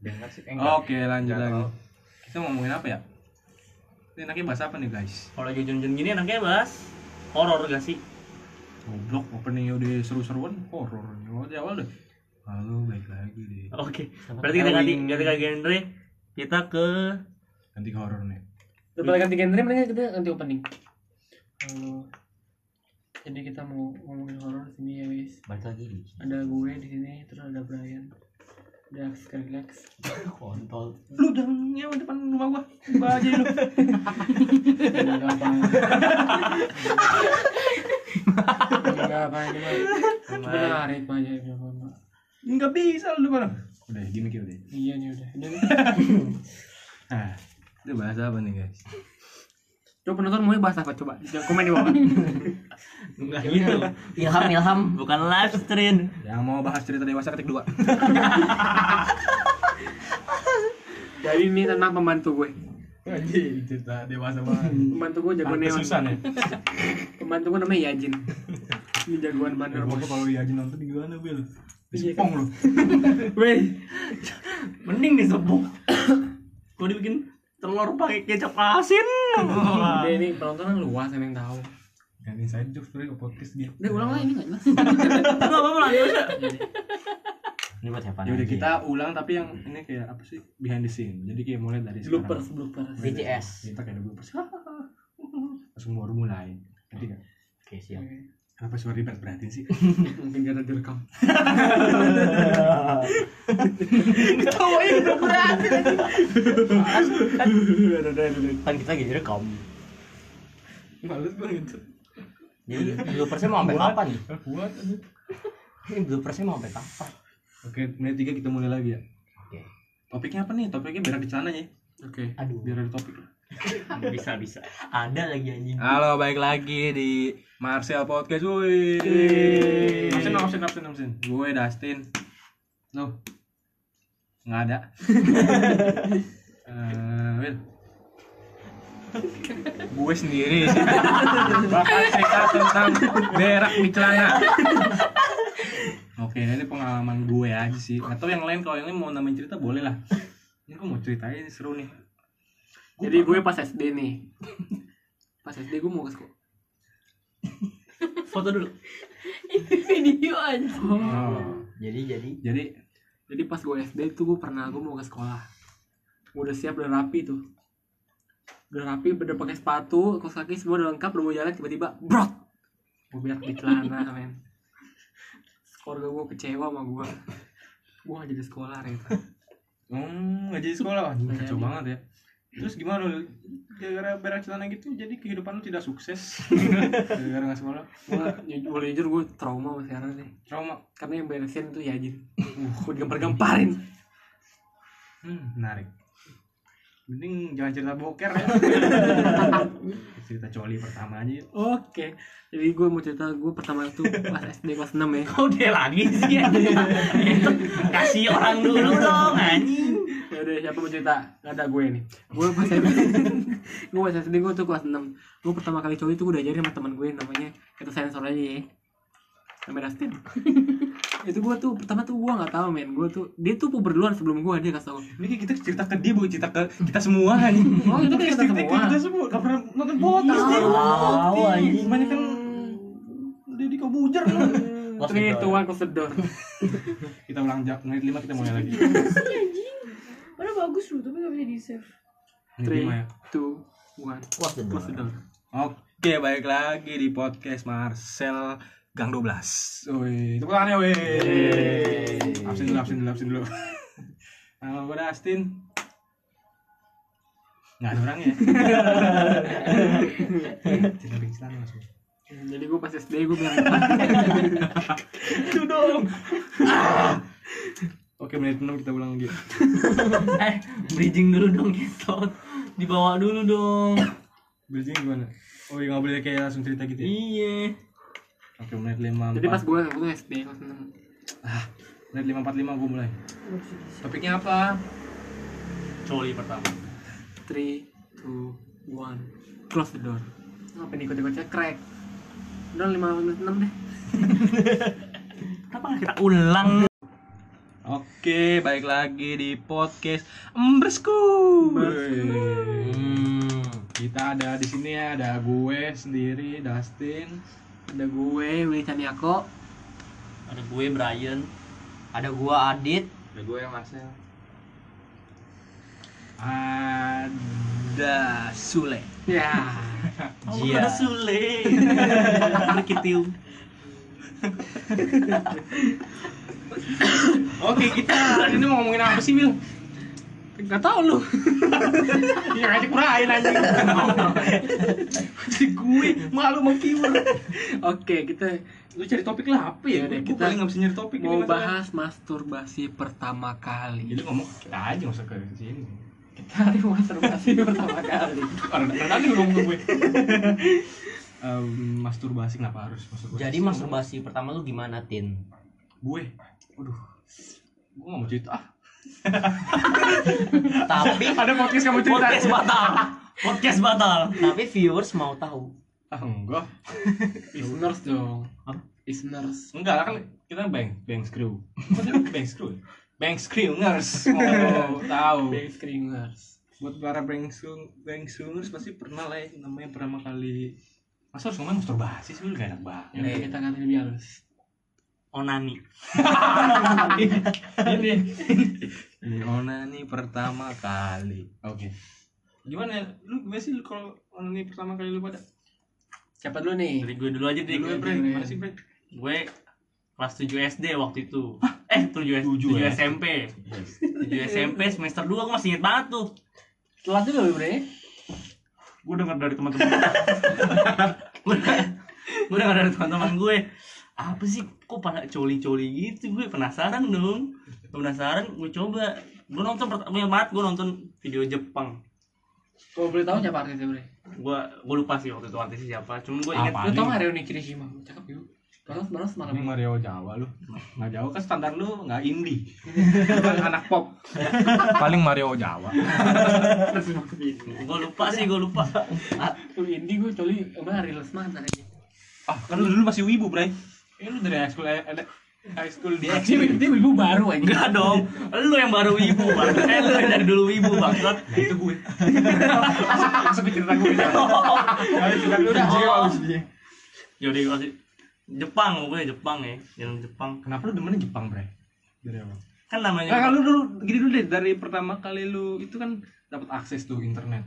S5: dengar sih
S4: Oke, lanjut lagi. Kita mau ngomongin apa ya? Ini enaknya bahas apa nih, guys?
S1: Kalau lagi jun-jun gini enaknya bahas horor gak sih?
S4: Goblok, openingnya udah seru-seruan, horor nih. Oh, di awal deh. Halo, baik lagi deh.
S1: Oke. Berarti kita ganti
S4: Halloween.
S1: ganti ke genre Kita ke
S4: Nanti horor nih.
S2: Daripada ganti genre mendingan kita ganti opening. Halo. Jadi kita mau ngomongin horor di sini ya guys.
S5: Balik lagi nih.
S2: Ada gue di sini, terus ada Brian, ada Skrillex.
S5: Kontol.
S1: lu jangan nyewa depan rumah gua. Buka aja lu.
S2: Enggak apa. Enggak apa cuma menarik aja ya Mbak.
S1: Enggak bisa lu mana.
S4: Udah gimmick ya udah.
S2: Iya nih udah. Ini
S4: Nah, itu bahasa apa nih guys?
S2: coba penonton mau bahas apa coba? Jangan komen di bawah.
S4: Enggak gitu.
S5: Ilham Ilham.
S1: Bukan live stream.
S4: Yang mau bahas cerita dewasa ketik dua.
S2: Jadi ini tentang pembantu gue.
S4: Anjing, cerita dewasa banget.
S2: Pembantu gue jago neon.
S4: Hmm. Susah nih.
S2: Pembantu gue namanya Yajin. Ini jagoan bandar
S4: Gua
S2: bos.
S4: tuh kalau Yajin nonton di gimana, Bil? Di
S2: Iya,
S4: Sepong lu.
S2: Weh,
S1: Mending nih sebuk. Gua dibikin telur pakai kecap asin. Wah.
S2: Udah ini penonton kan luas emang tahu.
S4: Kan inside jokes sebenarnya ke podcast dia.
S2: Udah ulang lah ini enggak jelas.
S1: Enggak apa-apa lanjut aja.
S5: Ini buat siapa?
S4: Ya udah
S5: lagi?
S4: kita ulang tapi yang ini kayak apa sih behind the scene. Jadi kayak mulai dari
S2: bloopers, bloopers.
S4: Mulai dari-
S5: BTS.
S4: Kita kayak ada bloopers. Langsung baru mulai. Nanti kan.
S5: Oke siap.
S4: Kenapa suara ribet berarti sih?
S2: Mungkin karena direkam.
S5: Kan kita lagi direkam.
S4: Males gue gitu.
S5: Jadi bloopersnya mau sampai kapan nih?
S4: Ah, Kuat aja.
S5: Ini bloopersnya mau sampai kapan?
S4: Oke, menit tiga kita mulai lagi ya.
S5: Oke.
S4: Topiknya apa nih? Topiknya berak di celana ya.
S2: Oke.
S5: Aduh.
S4: Biar ada topik.
S5: Bisa bisa. Ada lagi anjing.
S4: Halo, balik lagi di Marcel Podcast. Woi. Absen, absen, absen, absen. Gue Dustin. Lo. Enggak ada. Eh, Will. Gue sendiri sih. Bakal cerita tentang berak di celana. Oke, ini pengalaman gue aja sih. Atau yang lain kalau yang lain mau nambahin cerita boleh lah. Ini gue mau ceritain seru nih.
S2: Jadi gue pas SD nih. Pas SD gue mau ke sekolah.
S1: Foto dulu.
S3: video aja
S4: Oh.
S5: Jadi jadi
S4: Jadi
S2: Jadi pas gue SD tuh gue pernah gue mau ke sekolah. Gue udah siap udah rapi tuh. Udah rapi, udah pakai sepatu, kaos kaki semua udah lengkap, udah mau jalan tiba-tiba brot. Gue berak di celana, men. Keluarga gue kecewa sama gue. Gue gak jadi sekolah, Reta.
S4: Hmm, nggak jadi sekolah anjing
S2: Nggak
S4: kacau
S2: jadi.
S4: banget ya. Terus gimana lu? Gara-gara berak celana gitu jadi kehidupan lu tidak sukses. Gara-gara nggak sekolah.
S2: Gue boleh jujur gue trauma sama sekarang sih.
S4: Trauma.
S2: Karena yang beresin tuh ya, Yajin. Gue digampar-gamparin.
S4: Hmm, menarik. Mending jangan cerita boker ya. cerita coli pertama aja. yuk.
S2: Oke, jadi gue mau cerita gue pertama itu pas SD kelas 6 ya.
S1: Kau dia lagi sih ya. Kasih orang dulu dong anjing.
S2: Ya udah siapa mau cerita? Gak ada gue nih. Gue pas SD, gue pas SD gue tuh kelas 6 Gue pertama kali coli itu gue diajarin sama teman gue namanya itu sensor aja ya. Namanya Dustin. itu gue tuh pertama tuh gue nggak tahu men. Gue tuh dia tuh puber duluan sebelum gue dia kasih tau.
S4: Ini kayak kita cerita ke dia bukan cerita ke kita semua anjing.
S2: Oh, itu kita
S4: cerita ke
S2: semua.
S4: kita semua. Gak pernah nonton
S3: Iya,
S4: podcast dia.
S5: Tahu anjing.
S4: Gimana kan Deddy kau bujer lu.
S5: Lost
S2: Tri
S5: door.
S2: tuan kesedor.
S4: Kita ulang jak menit lima kita mulai lagi.
S3: Iya, Padahal bagus loh tapi gak bisa di save
S4: Menit
S2: Three,
S4: lima ya.
S2: two, one.
S5: Lost the door.
S2: Close the door.
S4: Oke, balik lagi di podcast Marcel Gang 12. Woi, tepuk tangannya woi. Absen dulu, absen dulu, absen dulu. Nama gue Dustin. Nggak ada orangnya. Cerita di celana langsung.
S2: Jadi gue pas SD gue bilang
S4: Ah. Oke, menit 6 kita ulang lagi.
S1: Eh, bridging dulu dong gitu. Dibawa dulu dong.
S4: Bridging gimana? Oh, iya nggak boleh kayak langsung cerita gitu ya?
S1: Iya.
S4: Oke, menit 5.
S2: Jadi pas gue waktu SD kelas 6
S4: Ah, menit 545 gue mulai. Topiknya apa?
S1: Coli pertama.
S2: three two one close the door apa nih kode-kode crack udah lima menit enam deh
S1: Kenapa nggak kita ulang?
S4: Oke, balik lagi di podcast Embresku. Woi.
S5: Hmm.
S4: Kita ada di sini ya, ada gue sendiri, Dustin.
S2: ada gue Willy Caniako
S1: Ada gue Brian.
S5: Ada gua Adit.
S4: Ada gue yang Marcel. ada Sule
S2: Ya.
S1: Oh,
S5: Iya.
S1: ada Sule. Berkitium.
S4: oke kita ini mau ngomongin apa sih Bil?
S2: Gak tau lu.
S4: yang aja kurain Iya, anjing jadi gue malu mau keyword
S2: Oke, kita
S4: lu cari topik lah apa ya
S2: Yaudah,
S4: gue
S2: kita
S4: paling nggak bisa nyari topik
S2: mau
S4: ini masalah.
S2: bahas masturbasi pertama kali.
S4: jadi ngomong kita aja nggak usah ke sini
S2: Kita hari masturbasi pertama kali.
S4: orang orang tadi udah ngomong gue Iya. Em, masturbasi kenapa harus masturbasi
S5: Jadi masturbasi pertama lu gimana, Tin?
S4: gue aduh gue gak mau cerita ah,
S5: Tapi
S4: ada podcast kamu cerita
S1: Podcast batal. Podcast batal.
S5: tapi viewers mau tahu.
S4: ah enggak
S2: Listeners dong.
S5: Apa?
S2: Listeners.
S4: enggak lah kan kita bang bang screw Maksudnya bang screw ya? bang screwers
S5: Oh,
S4: mau tahu
S2: Big screeners.
S4: buat para bang screw bang screwers pasti pernah lah ya, namanya pertama kali masa harus ngomong masturbasi sih lu gak enak banget
S2: Yang
S5: Iya,
S2: kita katain lebih halus.
S1: Onani.
S4: ini ini onani pertama kali oke gimana lu gimana sih lu kalau onani pertama kali lu pada
S2: Siapa dulu nih?
S1: Dari gue dulu aja deh.
S4: lu
S2: Iya,
S4: bre
S2: iya.
S4: gimana sih bre
S1: Gue kelas 7 SD waktu itu. Eh, 7 7
S4: Tujuh ya?
S1: SMP. 7 SMP semester 2 gue masih inget banget tuh.
S2: Telat dulu, Bre.
S1: gue dengar dari teman-teman gue dengar dari teman-teman gue apa sih kok pada coli-coli gitu gue penasaran dong penasaran gue coba gue nonton pertama banget gue nonton video Jepang
S2: Kalau boleh tahu siapa artisnya, Bre?
S1: gue gue lupa sih waktu itu artisnya siapa cuman gue inget
S4: Apa?
S2: Lu tau gak Reuni Kirishima? Cakep yuk. Baru baru semalam.
S4: Ini Mario Jawa lu. Nggak Jawa kan standar lu nggak indie. Bukan anak pop. Paling Mario Jawa.
S1: gue lupa sih gue lupa
S2: Lu indie gue coli emang hari les mantan aja.
S4: Ah, kan lu dulu masih wibu, Iya. Bray. Ini Eh, lu dari high school ada high school di
S2: Dia
S4: SD.
S2: dia ibu baru aja.
S1: enggak dong lu yang baru ibu bang eh, lu yang dari dulu ibu bangsat
S4: Nah, itu gue. Masuk masuk ke cerita gue. Ayo cerita dulu dah.
S1: jadi gue sih Jepang pokoknya Jepang ya film Jepang
S4: Kenapa lu demennya Jepang, Bray? Dari awal.
S1: kan
S4: Nah,
S1: namanya
S4: kalau lu dulu gini dulu deh dari pertama kali lu itu kan dapat akses tuh internet.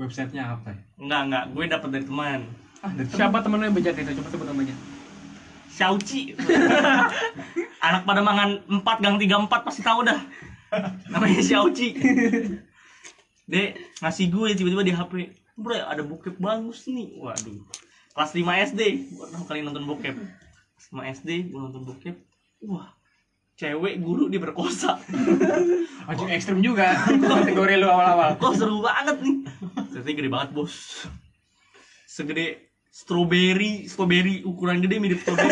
S4: Websitenya apa?
S1: enggak enggak gue dapet dari teman
S4: Ah, dari
S2: Siapa temen lu yang bejat itu? Coba sebut namanya.
S1: Xiaoci. Anak pada mangan 4 gang 34 pasti tahu dah. Namanya Xiaoci. Dek, ngasih gue tiba-tiba di HP. Bro, ada bokep bagus nih. Waduh. Kelas 5 SD, gue pertama kali nonton bokep. Kelas 5 SD, gue nonton bokep. Wah, cewek guru diperkosa.
S4: Anjing ekstrim juga kategori lu awal-awal.
S1: Kok seru banget nih. Ternyata gede banget, Bos. Segede strawberry, strawberry ukuran gede mirip strawberry.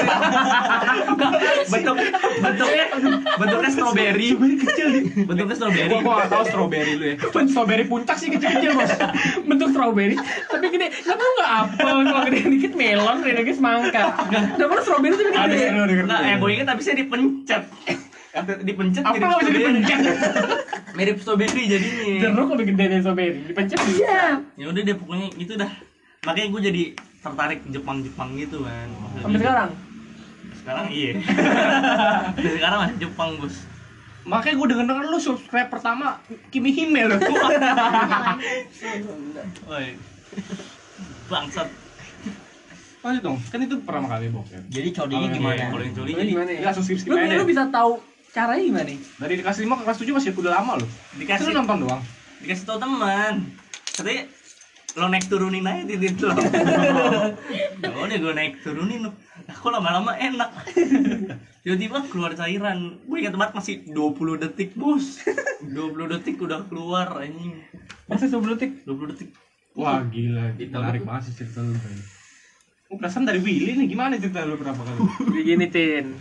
S1: Enggak, bentuk bentuknya bentuknya strawberry. kecil Eh, Bentuknya strawberry.
S4: Gua gua nggak tahu strawberry lu ya.
S2: Strawberry puncak sih kecil-kecil bos. Bentuk strawberry, tapi gede. Kenapa nggak apel? Kalau gede dikit melon, gede dikit semangka. Kenapa lu strawberry tapi
S4: Ada
S2: gede?
S4: seru denger.
S1: Enggak, eh gue inget habisnya dipencet. dipencet
S2: Apa nggak bisa
S1: strawberry.
S2: dipencet?
S1: Mirip strawberry jadinya.
S2: Jeruk lebih gede dari strawberry. Dipencet bisa.
S1: Ya udah deh pokoknya itu dah. Makanya gue jadi tertarik Jepang-Jepang gitu kan.
S2: Sampai sekarang.
S1: Sekarang iya. Dari sekarang masih Jepang, Bos.
S4: Makanya gue denger denger lu subscribe pertama Kimi Hime lu.
S1: Woi. Bangsat.
S4: Lanjut dong, kan itu pertama kali bokep.
S5: Jadi codinya
S4: Oke.
S5: gimana?
S1: Kalau yang coli
S2: Lu
S1: jadi
S2: gimana ya?
S4: Langsung skip skip
S2: Lu,
S4: aja.
S2: lu bisa tahu caranya gimana nih?
S4: Dari kelas 5 ke kelas 7 masih udah lama lu. Kan lu
S1: dikasih
S4: nonton doang.
S1: dikasih tau teman katanya lo naik turunin aja titik lo ya udah gue naik turunin lo aku lama-lama enak tiba-tiba keluar cairan gue ingat banget masih 20 detik bos 20 detik udah keluar anjing
S2: Masih sebelum detik.
S1: 20 detik
S4: Wah gila,
S2: Itu
S4: menarik banget sih cerita lu. Bray. Oh, perasaan dari Willy nih gimana cerita lu pertama kali?
S2: Jadi gini Tin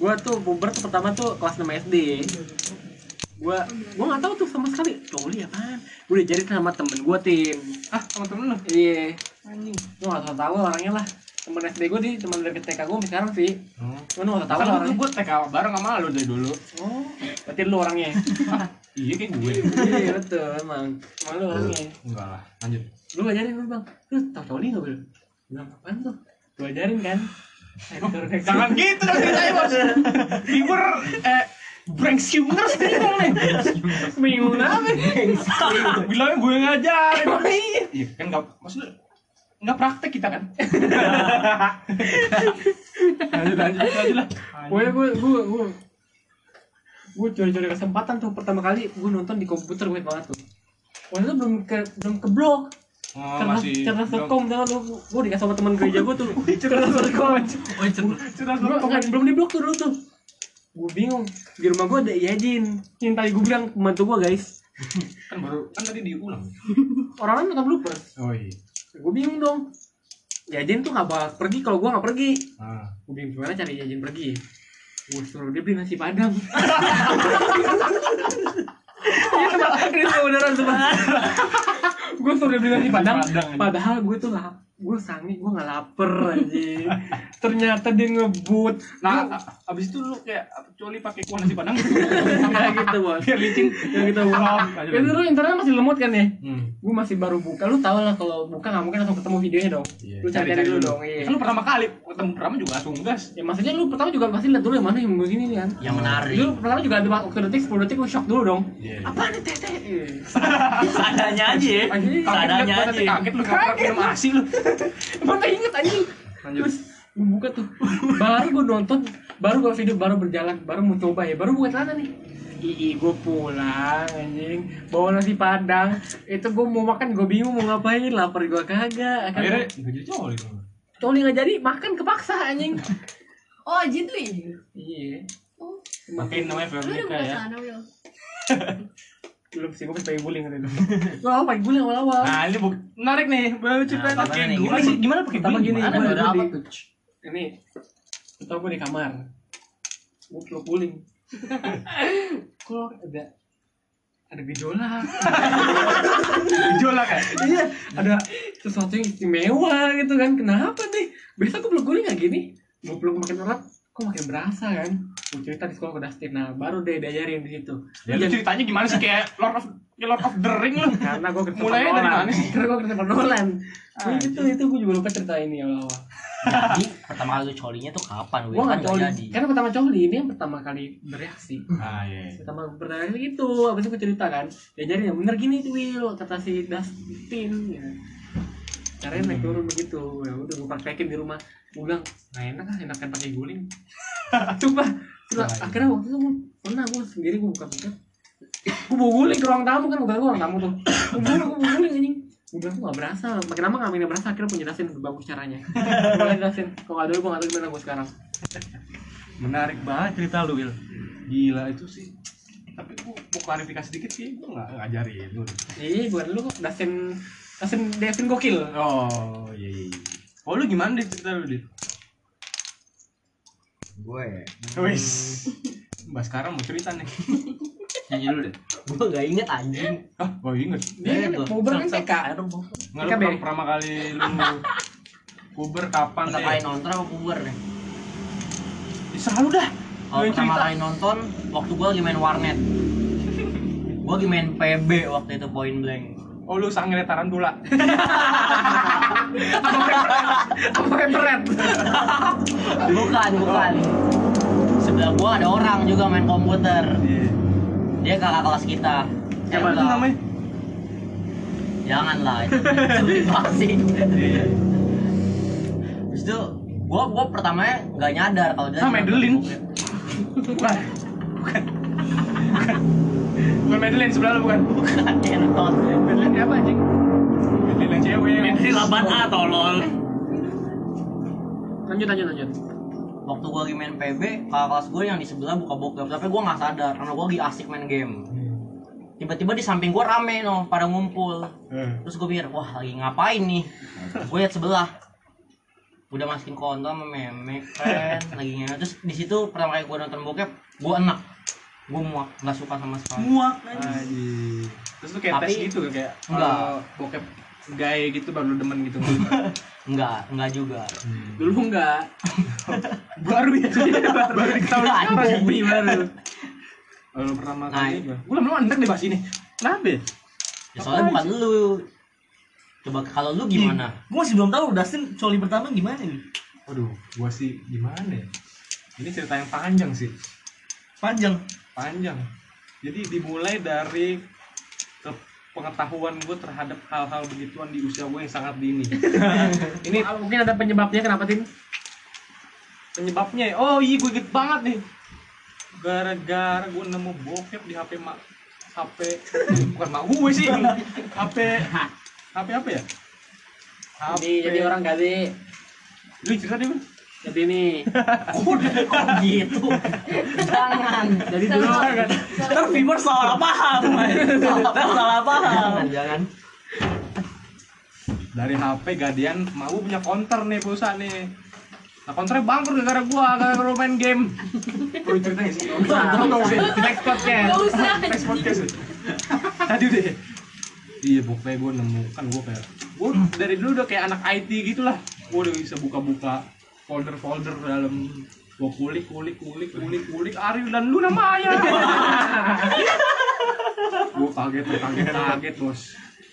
S2: Gue tuh puber tuh pertama tuh kelas 6 SD Gue gua gak tahu tuh sama sekali Coli apaan Gue udah jadi sama temen gue Tin
S4: ah, sama temen lu.
S2: Iya Gue gak tau tau orangnya lah Temen SD gue sih temen dari TK gue sampai sekarang sih
S4: Oh.
S2: Cuma lu gak tau tau lah
S4: Tahu tuh
S2: orangnya
S4: gue TK bareng sama lu dari dulu.
S2: Oh Berarti lu orangnya
S4: Iya kayak gue.
S2: Iya betul emang Emang
S4: Iya.
S2: lu orangnya
S4: Enggak lah, lanjut.
S2: Lu ajarin lu bang Lu tau coli gak bro? Bilang apaan tuh Gue ajarin kan Ayo, turun ke-
S4: Jangan gitu dong ceritanya, Bos. Figur eh
S1: Brengs Humers bingung nih.
S2: Bingung apa?
S4: Bilangnya gue yang ngajarin. Iya kan nggak maksudnya nggak praktek kita kan. lanjut lanjut lanjut lah.
S2: Gue gue gue gue gue curi-curi kesempatan tuh pertama kali gue nonton di komputer gue banget tuh. Waktu itu belum ke belum ke blog.
S4: Oh,
S2: Cerdas
S4: masih
S2: cerdas.com tau lu gue dikasih sama teman gereja gue tuh. Cerdas.com.
S4: Oh, cerdas.
S2: Gua nggak- belum di blok tuh dulu tuh gue bingung di rumah gue ada Yadin yang tadi gue bilang pembantu gue guys
S4: Kan baru kan tadi diulang.
S2: orang lain nonton blooper
S4: Oh iya.
S2: gue bingung dong Yadin tuh nggak bakal pergi kalau gue nggak pergi
S4: Ah.
S2: gue bingung gimana cari Yadin pergi ya gue suruh dia beli nasi padang Iya, Sobat. Ini saudara gue suruh dia beli nasi padang
S4: Padang, anjing.
S2: padahal gue tuh lap gue sange gue nggak lapar anjing ternyata dia ngebut
S4: Nah, a- abis itu lu kayak coli pakai kuah nasi padang.
S2: Kayak gitu bos
S4: Biar licin. Gitu.
S2: yang kita buka
S4: Lanjut,
S2: itu
S4: lanjut.
S2: dulu internet masih lemot kan ya
S4: Hmm.
S2: gue masih baru buka lu tau lah kalau buka nggak mungkin langsung ketemu videonya dong
S4: Iya,
S2: lu cari cari dulu dong iya
S4: Kan lu pertama kali ketemu pertama juga langsung gas.
S2: ya maksudnya lu pertama juga pasti lihat dulu yang mana yang begini nih kan
S5: yang menarik
S2: lu pertama juga ada waktu detik 10 detik lu shock dulu dong
S4: Iya.
S2: apa nih tete
S1: Seadanya aja ya.
S2: Anjing.
S1: Seadanya
S4: Iya, Kaget lu,
S1: aja.
S4: Kaget lu kaget minum asi lu.
S2: mana inget anjing
S4: Lanjut.
S2: terus gue buka tuh baru gue nonton baru gue video baru berjalan baru mau coba ya baru buka celana nih Ii gue pulang anjing bawa nasi padang itu gue mau makan gue bingung mau ngapain lapar gue kagak
S4: Akhirnya nggak jadi coli lu.
S2: Coli nggak jadi makan kepaksa anjing.
S3: Oh, Aji tuh ini.
S2: iya.
S3: Oh,
S4: Makin namanya
S3: lu udah
S4: Veronica
S3: buka
S4: ya.
S3: celana belum?
S2: Belum sih gue masih pakai guling tadi. Gua pakai guling awal-awal.
S4: Nah, ini bu- menarik nih. Baru ceritain
S5: Nah,
S4: pakai
S5: pertama nih,
S4: gula
S5: gimana
S4: sih. Gimana pakai
S2: Pertama
S4: gula?
S2: gini,
S4: Gimana?
S2: gue
S5: ada
S2: ada
S5: apa
S2: di ini. Atau gue di kamar. Gue peluk guling. Kok ada ada gejolak.
S4: Gejolak ya.
S2: iya, ada sesuatu yang istimewa gitu kan. Kenapa nih? Biasa gue peluk guling nggak gini. Gue peluk makin erat, kok makin berasa kan? Gue cerita di sekolah ke Dustin. Nah, baru dia diajarin di situ. Iya.
S4: Ya lu ceritanya gimana sih kayak Lord of kayak Lord of the Ring lu.
S2: karena gue Christopher
S4: Mulainya dari
S2: Nolan.
S4: mana sih?
S2: karena gue Christopher Nolan Nah, itu itu gue juga lupa cerita ini awal-awal
S5: jadi pertama kali lu colinya tuh kapan gue
S2: gue
S5: kan
S2: nggak
S5: nggak
S2: coli
S5: jadi
S2: karena pertama coli ini yang pertama kali bereaksi
S4: Ah iya.
S2: pertama bereaksi itu abis itu gue cerita kan ya jadi yang bener gini tuh Will kata si Dustin ya. caranya naik turun begitu ya udah gue praktekin di rumah gue bilang nah enak ah enakan pakai guling coba Coba,
S4: Nah,
S2: akhirnya waktu itu gue pernah gue sendiri gue buka buka gue bawa guling ke ruang tamu kan gue bilang gue ruang tamu tuh gue bawa gue bawa guling anjing gue bilang gue gak berasa makin lama gak makin berasa akhirnya punya dasin bagus caranya gue jelasin kalau gak dulu gue gak tau gimana gue sekarang
S4: Menarik banget cerita lu, Wil. Gila itu sih. Tapi gua mau klarifikasi dikit sih, gua enggak ngajarin lu.
S2: iya gue dulu kok dasin dasin dasin gokil
S4: Oh, iya iya. iya. Oh, lu gimana deh cerita lu, Dit?
S5: gue ya
S4: Wis. Mbak sekarang mau cerita nih. Nyanyi dulu deh.
S5: gue nggak inget anjing
S4: Hah, gua inget.
S2: dia kan
S5: Bebas.
S2: puber kan TK
S4: Nggak lu
S2: PKB.
S4: pertama- kan pertama kali lu puber kapan ya?
S5: pertama kali
S4: deh?
S5: nonton apa puber nih
S4: Ih, Selalu dah.
S5: kalau
S4: Lu yang
S5: Oh, pertama
S4: cerita.
S5: kali nonton waktu gue lagi main warnet gue lagi main PB waktu itu point blank
S4: Oh, lu sang ngeliat bola.
S2: apa yang berat
S5: bukan bukan sebelah gue ada orang juga main komputer dia kakak kelas kita
S4: Siapa
S5: Eh,
S4: tuh namanya?
S5: jangan lah itu sebelum pasti Terus itu gua gua pertamanya nggak nyadar kalau dia
S4: Ah, Madeline. Bukan. Bukan. Bukan Madeline sebelah lu bukan.
S5: bukan Enton.
S4: Madeline apa anjing? Madeline yang cewek.
S1: Menteri laban A tolol.
S2: lanjut lanjut lanjut
S5: waktu gua lagi main PB kakak kelas gue yang di sebelah buka bokep tapi gua nggak sadar karena gua lagi asik main game tiba-tiba di samping gua rame no pada ngumpul
S4: Eh.
S5: terus gue pikir wah lagi ngapain nih gue liat sebelah udah masukin konto sama memek kan lagi ngene terus di situ pertama kali gue nonton bokep gue enak gue muak nggak suka sama sekali
S1: Muak.
S4: Anjing. Terus lu kayak
S5: Tapi-
S4: tes gitu kayak
S5: Enggak.
S4: kalau bokep gay gitu baru lu demen gitu.
S5: enggak enggak juga
S2: dulu enggak
S4: baru ya. baru
S5: Enggak,
S4: diketahui sekarang.
S5: anjing.
S2: Hobi baru
S4: Kalau Oh, pertama
S5: Nah,
S4: kali
S5: itu.
S4: gua Gua lama-lama enak deh bahas ini. Kenapa? ya?
S5: ya, soalnya bukan lu coba kalau lu gimana
S1: Gue masih belum tahu Dustin coli pertama gimana nih.
S4: Waduh, gua sih gimana ya? Ini cerita yang panjang sih.
S1: Panjang.
S4: panjang jadi dimulai dari ke- pengetahuan gue terhadap hal-hal begituan di usia gue yang sangat dini ini
S2: mungkin ada penyebabnya kenapa tim
S4: penyebabnya ya? oh iya gue inget banget nih gara-gara gue nemu bokep di HP mak HP bukan mak gue sih HP HP apa ya HP
S2: jadi jadi orang ganti
S4: lu cerita deh Bang.
S2: jadi ini
S5: gitu jangan
S2: jadi dulu
S1: Ntar viewer salah paham. Ntar salah paham.
S5: jangan jangan
S4: dari HP gadian mak gue punya counter nih pulsa nih Nah, counternya bangkrut gara-gara gua, gara-gara lu main game. Perlu cerita nggak sih? Nggak usah, Next podcast.
S3: Nggak usah,
S4: Next podcast. Tadi deh. Iya, pokoknya gue nemu kan gue kayak gue dari dulu udah kayak anak IT gitulah. Gue udah bisa buka-buka folder-folder dalam gue kulik kulik kulik kulik kulik Ariel dan Luna Maya. gue kaget gue kaget kaget bos.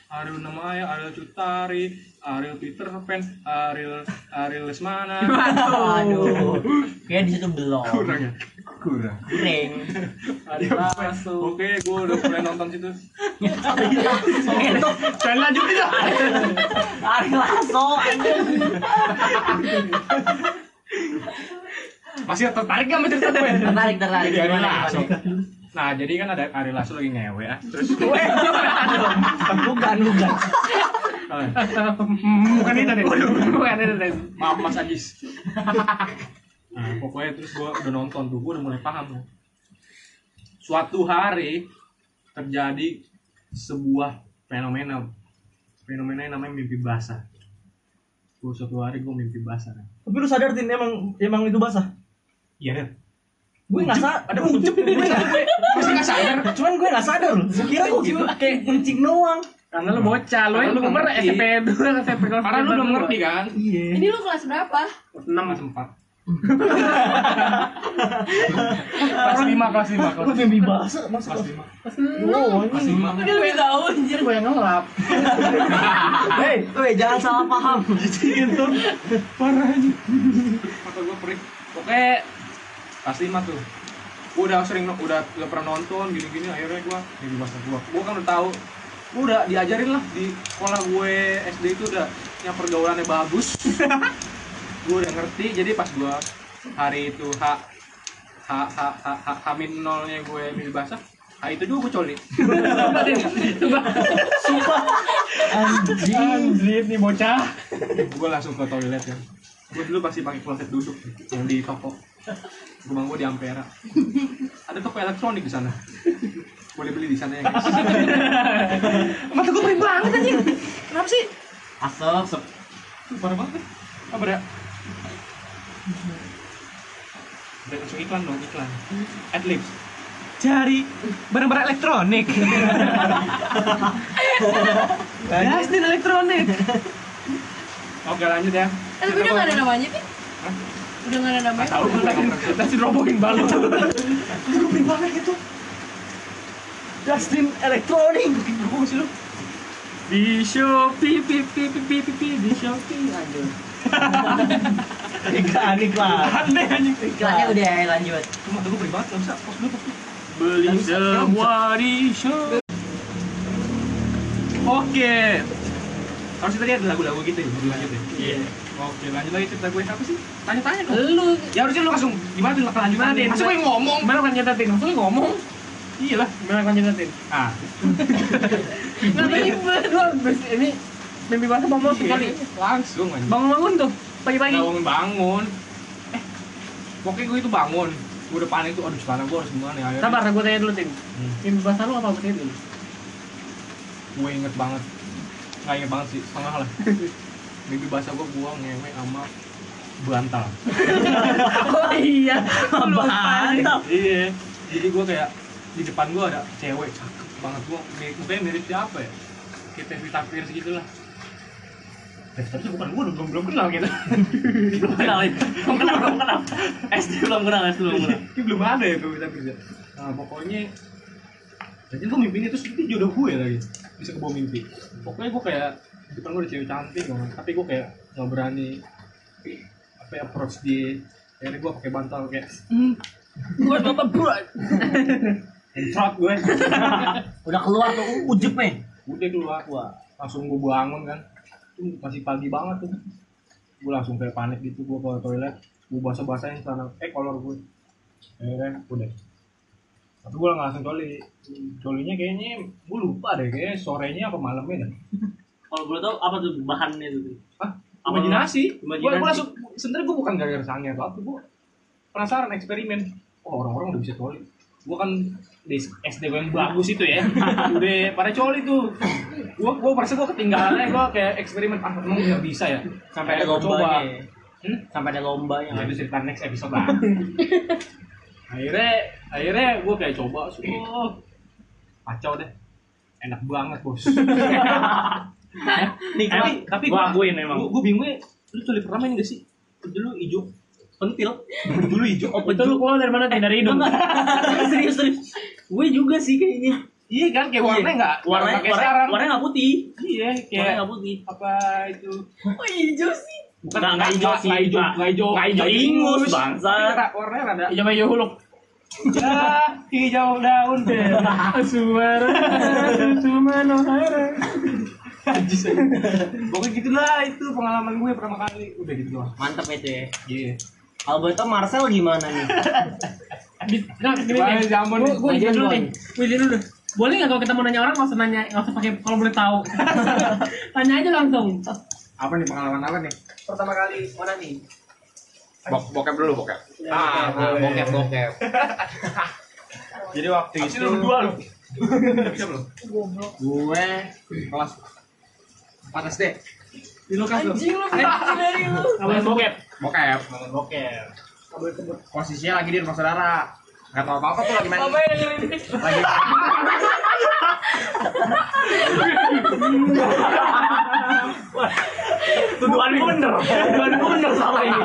S4: Ariel Luna Maya, Ariel Cutari, Ariel Peter Pan, Ariel Ariel Lesmana.
S5: aduh kayak di situ belum
S4: Kurang ya.
S7: kurang
S5: kering
S4: Ariel Oke, gue udah mulai nonton situ.
S1: Itu
S4: Jangan lanjut aja.
S1: Ari Lasso.
S4: Masih tertarik gak sama cerita gue?
S5: tertarik tertarik
S4: Jadi Ari
S5: Gimana,
S4: Lasso.
S5: gimana?
S4: Nah, jadi kan ada Ari Lasso lagi ngewe ah. Terus
S5: bukan bukan
S4: Nah, Eh, bukan itu deh.
S2: bukan ada ada
S4: Maaf Mas Agis. Nah, pokoknya terus gue udah nonton tuh, gue udah mulai paham. Suatu hari terjadi sebuah fenomena fenomena yang namanya mimpi basah. Gue suatu hari gue mimpi basah. kan.
S1: Tapi lu sadar Tin emang emang itu basah.
S4: Iya. Ren.
S1: Gue enggak sadar.
S4: Ada ujub nih, gue masih nggak sadar.
S1: Cuman gue enggak sadar. Gue kira gue gitu kayak kencing doang.
S2: karena lu bocah lu
S4: Karena
S2: yang
S4: lu
S2: umur
S4: ngerti.
S2: SMP dulu SMP kelas
S4: Karena lu belum ngerti kan?
S1: Iya.
S3: Ini lu kelas berapa?
S4: enam sempat kelas lima kelas lima
S1: Lu
S4: kelas
S1: mimpi basah masa
S4: kelas
S1: kelas
S4: lima
S1: Wow,
S4: kelas lima
S3: Udah lebih tahu anjir.
S2: gue yang ngelap
S1: Hei,
S5: Weh, jangan salah paham
S4: gitu parah aja mata gue perih oke kelas lima tuh gue udah sering udah udah pernah nonton gini gini akhirnya gue mimpi basah gue gue kan udah tahu gue udah diajarin lah di sekolah gue SD itu udah yang pergaulannya bagus gue udah ngerti jadi pas gue hari itu H H H H H Hamin nolnya gue mimpi basah H itu juga gue coli
S1: anjir.
S4: gue langsung ke toilet ya gue dulu pasti pakai kloset duduk yang di toko rumah gue di Ampera ada toko elektronik di sana boleh beli di sana ya guys mata gue perih banget anjing kenapa sih
S5: asal
S4: Tuh, parah banget apa ya udah langsung iklan dong iklan adlibs
S1: Cari barang-barang elektronik. Justin elektronik.
S4: oke lanjut ya
S3: Eh, tapi udah gak ada namanya, Pi.
S4: Hah?
S3: Udah gak ada
S4: nggak
S3: namanya.
S4: tahu kan gue nggak pernah
S2: nasi robohin balut
S4: gitu.
S1: Justin elektronik.
S4: Apa sih lu?
S2: di Shopee pi pi pi pi pi pi, di Shopee aduh
S1: Iklan iklan.
S4: aneh anjing
S5: iklannya udah ya, lanjut
S4: Tuh, mata gue perih banget nggak bisa pos dulu pos dulu
S2: beli semua di Shopee
S4: Oke. Harusnya tadi ada lagu-lagu gitu ya, baru lanjut ya. Iya. Oke, lanjut lagi cerita gue apa sih? Tanya-tanya dong.
S2: lu
S4: Ya harusnya lu langsung gimana tuh kelanjutan
S2: Gimana,
S4: deh. Masa gue yang ngomong?
S2: gimana kan nyetatin maksudnya ngomong
S4: Iya lah.
S2: gimana kan nyetatin
S4: Ah,
S2: nggak ribet lu habis ini mimpi basah bangun sekali
S4: iya. langsung aja.
S2: bangun bangun tuh pagi-pagi
S4: bangun bangun. Eh, pokoknya gue itu bangun. Gue udah panik tuh, aduh celana gue harus gimana ya. Akhirnya
S2: sabar gue tanya dulu tim
S4: Hmm.
S2: mimpi basah lu apa berarti dulu
S4: Gue inget banget. Nggak inget banget sih, setengah lah. Mimpi basah gue gua ngewe sama bantal.
S2: oh iya
S1: Mantap.
S4: Iya. Jadi gue kayak di depan gue ada cewek cakep banget gue mirip mukanya mirip siapa ya? Kayak Pevita Pierce gitu lah. Pevita Pierce bukan gue belum belum kenal gitu. belum kenal ya. Belum kenal belum kenal.
S1: SD belum kenal, SD belum kenal.
S4: Ini belum ada ya Pevita Pierce. ya? Nah pokoknya jadi gue mimpi ini terus itu jodoh gue lagi bisa kebawa mimpi. Pokoknya gue kayak di depan gue ada cewek cantik banget, tapi gue kayak nggak berani apa ya, approach dia. Akhirnya gue pakai bantal kayak
S1: Gue Hmm. nonton bro.
S4: Encrot gue.
S5: Udah keluar tuh uh, ujep nih.
S4: Udah keluar gua. Langsung gue bangun kan. Itu masih pagi banget tuh. Gue langsung kayak panik gitu gue ke toilet. Gue basah-basahin celana eh kolor gue. Akhirnya udah. Tapi gue nggak langsung coli. Colinya kayaknya gue lupa deh kayaknya sorenya apa malamnya dah.
S1: Kalau boleh tahu apa tuh bahannya tuh?
S4: Hah?
S1: Apa?
S4: Imajinasi. Gue
S1: Imajinasi.
S4: gue langsung sebenarnya gue bukan gara-gara sange atau apa gue penasaran eksperimen. Oh orang-orang udah bisa coli. Gue kan di SD gue yang bagus itu ya. udah pada coli tuh. Gue gue merasa gue ketinggalan aja. Gue kayak eksperimen ah emang nggak bisa ya. Sampai
S5: Ada
S4: ada coba.
S5: lombanya.
S4: Hmm?
S5: Sampai ada lombanya.
S4: Ya itu cerita next episode lah. akhirnya akhirnya gue kayak coba. Suruh. Kacau deh. Enak banget bos.
S1: Nih,
S4: Eh,
S1: tapi
S4: Tapi- tapi
S1: tapi gua
S4: gua-
S1: akuin emang.
S4: gue bingungnya lu coli pertama ini gak sih dulu hijau pentil dulu hijau apa
S1: Itu lu keluar dari mana? Tin? Dari hidung. serius serius. Gue juga sih kayaknya.
S4: iya kan kayak warnanya
S1: Iya.
S4: nggak
S1: Warnanya
S4: nggak pakai
S1: warnanya
S4: sekarang.
S1: warnanya nggak putih.
S4: iya
S1: Warnanya
S4: kayak
S1: nggak putih.
S4: apa itu
S3: Oh hijau sih.
S4: bukan
S1: Nggak- nggak hijau sih,
S4: nggak hijau
S1: Pak.
S4: nggak hijau
S1: Nggak hijau ingus, bangsa.
S4: Tapi ra- warnanya rada
S2: Iya, Pak Yuluk.
S4: ya hijau daun deh
S2: Suara, cuma nohara.
S4: Najis aja. pokoknya gitulah itu pengalaman gue pertama kali udah gitu doang
S5: Mantep itu ya.
S4: iya
S5: Kalau boleh tahu Marcel gimana nih?
S2: Di- Nah, gini
S4: Wah,
S2: nih. Gue
S4: zaman nih.
S2: gue izin dulu
S5: Zaman.
S2: nih. Gue izin dulu. Boleh nggak kalau kita mau nanya orang nggak usah nanya, nggak usah pakai kalau boleh tahu. Tanya aja langsung.
S4: apa nih pengalaman apa nih pertama kali mana nih
S7: Bok bokep dulu bokep.
S4: ah
S7: Nah,
S5: bokep bokep.
S7: Jadi waktu
S4: Abis
S7: itu
S4: itu lu berdua lu bisa belum
S7: gue kelas 4 SD.
S2: Di lokasi lu.
S3: Anjing lu benci dari lu.
S2: Abang bokep.
S7: Bokep. Bokep. Posisinya lagi di rumah saudara. Gak tau apa-apa tuh lagi main.
S3: Apa yang dengerin ini?
S7: Lagi
S1: Tuduhan gue bener. Tuduhan gue bener sama ini.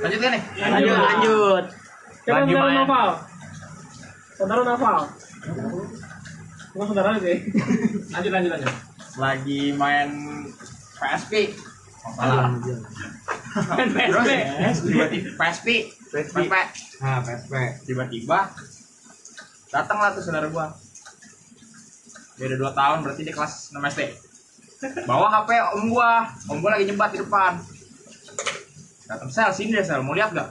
S7: lanjut kan nih?
S2: Lanjut, lanjut. Coba
S7: Lanjut,
S2: saudara
S7: Maya.
S2: novel. Saudara novel. Bukan saudara sih.
S4: lanjut lanjut lanjut
S7: Lagi main PSP. Salah. Terus
S5: iya.
S7: tiba-tiba PSP. PSP. Nah, PSP. Tiba-tiba datanglah tuh saudara gua. Dia udah 2 tahun berarti dia kelas 6 SD. Bawa HP om gua. Om gua lagi nyebat di depan. Datang sel sini deh sel, mau lihat gak?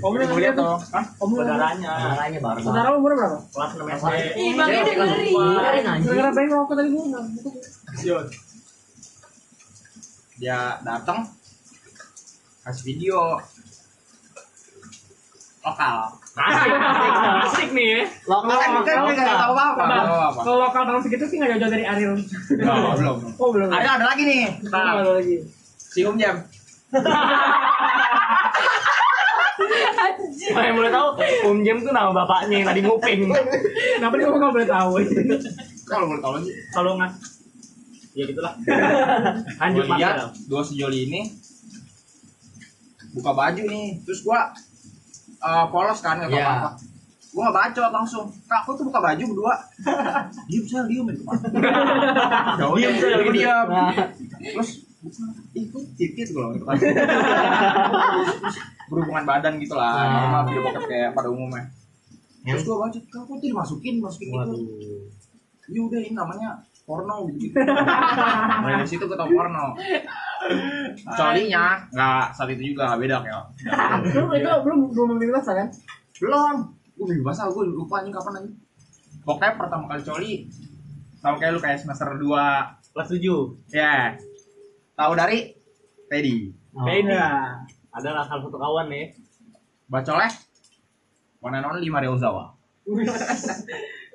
S2: Om lu
S7: mau
S2: lihat
S7: lihat dong. Hah?
S2: Om lu
S5: Caranya baru.
S2: Saudara lu umur berapa?
S1: Kelas 6 SD.
S3: Ih, makanya dengerin.
S5: Kemarin anjing.
S2: Gara-gara pengen rokok tadi gua.
S7: dia datang kasih video lokal
S1: Asik nih ya.
S7: lokal kan kita nggak tahu apa apa
S2: Nah, Kalau lokal tahun segitu sih nggak jauh-jauh dari Ariel.
S7: belum
S2: Oh belum.
S7: ada ada lagi nih
S2: Belum
S7: nah,
S2: ada lagi.
S7: si Om Jam
S1: Nah, yang boleh tahu Om Jem tuh nama bapaknya yang tadi nguping.
S2: Kenapa dia ngomong nggak boleh tahu?
S7: kalau boleh tahu lagi
S1: Kalau nggak ya gitulah. Lanjut
S7: gue
S4: Iya,
S1: Marcel.
S7: lihat dua sejoli ini buka baju nih terus gua eh, polos kan nggak
S5: Iya.
S7: apa apa gua nggak bacot langsung kak aku tuh buka baju berdua diem sel diem di depan diem sel diem ya, diam Nah. terus itu titit gue loh itu kan Terus berhubungan badan gitu lah
S5: Ah.
S7: normal video bokep kayak pada umumnya
S5: Yang-
S7: terus gue baca kak aku tuh dimasukin masukin gitu ya udah ini namanya porno gitu Nah, dari situ gue tau porno colinya nggak saat itu juga nggak beda kayak
S2: Belum itu belum belum memiliki rasa kan?
S7: belum gue bingung bahasa gue lupa nih kapan lagi pokoknya pertama kali coli tau kayak lu kayak semester 2
S1: Kelas 7.
S7: ya tahu dari Teddy
S1: Pedi. Adalah salah satu kawan nih.
S7: bacolek one and only Mario Ozawa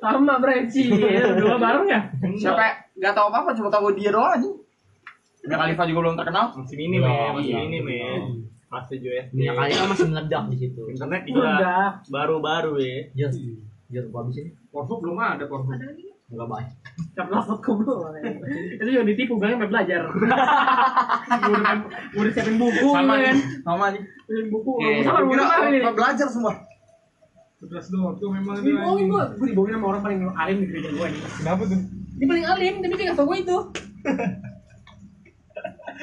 S2: Sama Breci. Dua bareng ya?
S7: siapa yang nggak tahu apa apa cuma tahu dia doang aja Udah Khalifa juga belum terkenal
S1: Masih ini
S7: Iya,
S1: men, masih
S7: iya,
S1: ini
S7: betul.
S1: men. Kelas 7 SD.
S5: Minyak kali kan masih meledak di situ.
S1: Internet juga
S2: Udah.
S1: baru-baru ya.
S5: Jur, jur gua abis ini.
S4: Pornhub belum ada Pornhub
S5: Enggak baik.
S2: Cerdas aku belum. Itu juga ditipu gue nggak belajar. Gue udah gue udah siapin buku
S7: sama
S2: kan.
S7: nih sama nih
S2: Siapin buku.
S7: Oke,
S2: Sama
S7: gua
S2: buku
S7: kira
S2: ini.
S7: orang belajar semua
S4: terus doang tuh memang
S2: Ini bohongin gue, gue dibohongin sama orang paling alim di gereja gue nih.
S4: kenapa tuh
S2: Dia paling alim, tapi dia nggak tau gue itu.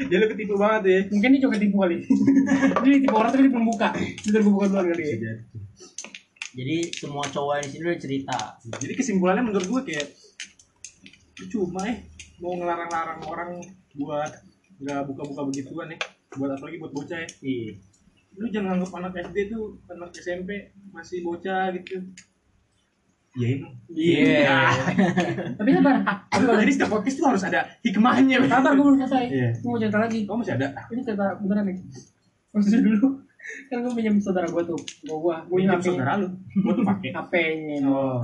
S4: Dia lu ketipu banget ya.
S2: Mungkin ini juga tipu kali. Ini tipu orang tapi dia belum buka. Bentar gue buka duluan kali ya.
S5: Jadi semua cowok yang di sini udah cerita.
S4: Jadi kesimpulannya menurut gue kayak cuma eh mau ngelarang-larang orang buat nggak buka-buka begituan nih. Buat apalagi buat bocah ya.
S5: Iya.
S4: Lu jangan anggap anak SD tuh anak SMP masih bocah gitu. Iya emang.
S2: Tapi sabar.
S4: Tapi kalau jadi setiap podcast tuh harus ada hikmahnya.
S2: Sabar gue belum selesai.
S4: Iya.
S2: Gue mau cerita lagi.
S4: Oh masih ada.
S2: Ini cerita beneran nih. Maksudnya dulu kan gue pinjam saudara gue tuh. Gue gue gue
S4: Minjem saudara lu. Gua tuh pakai.
S2: HP-nya.
S4: Oh.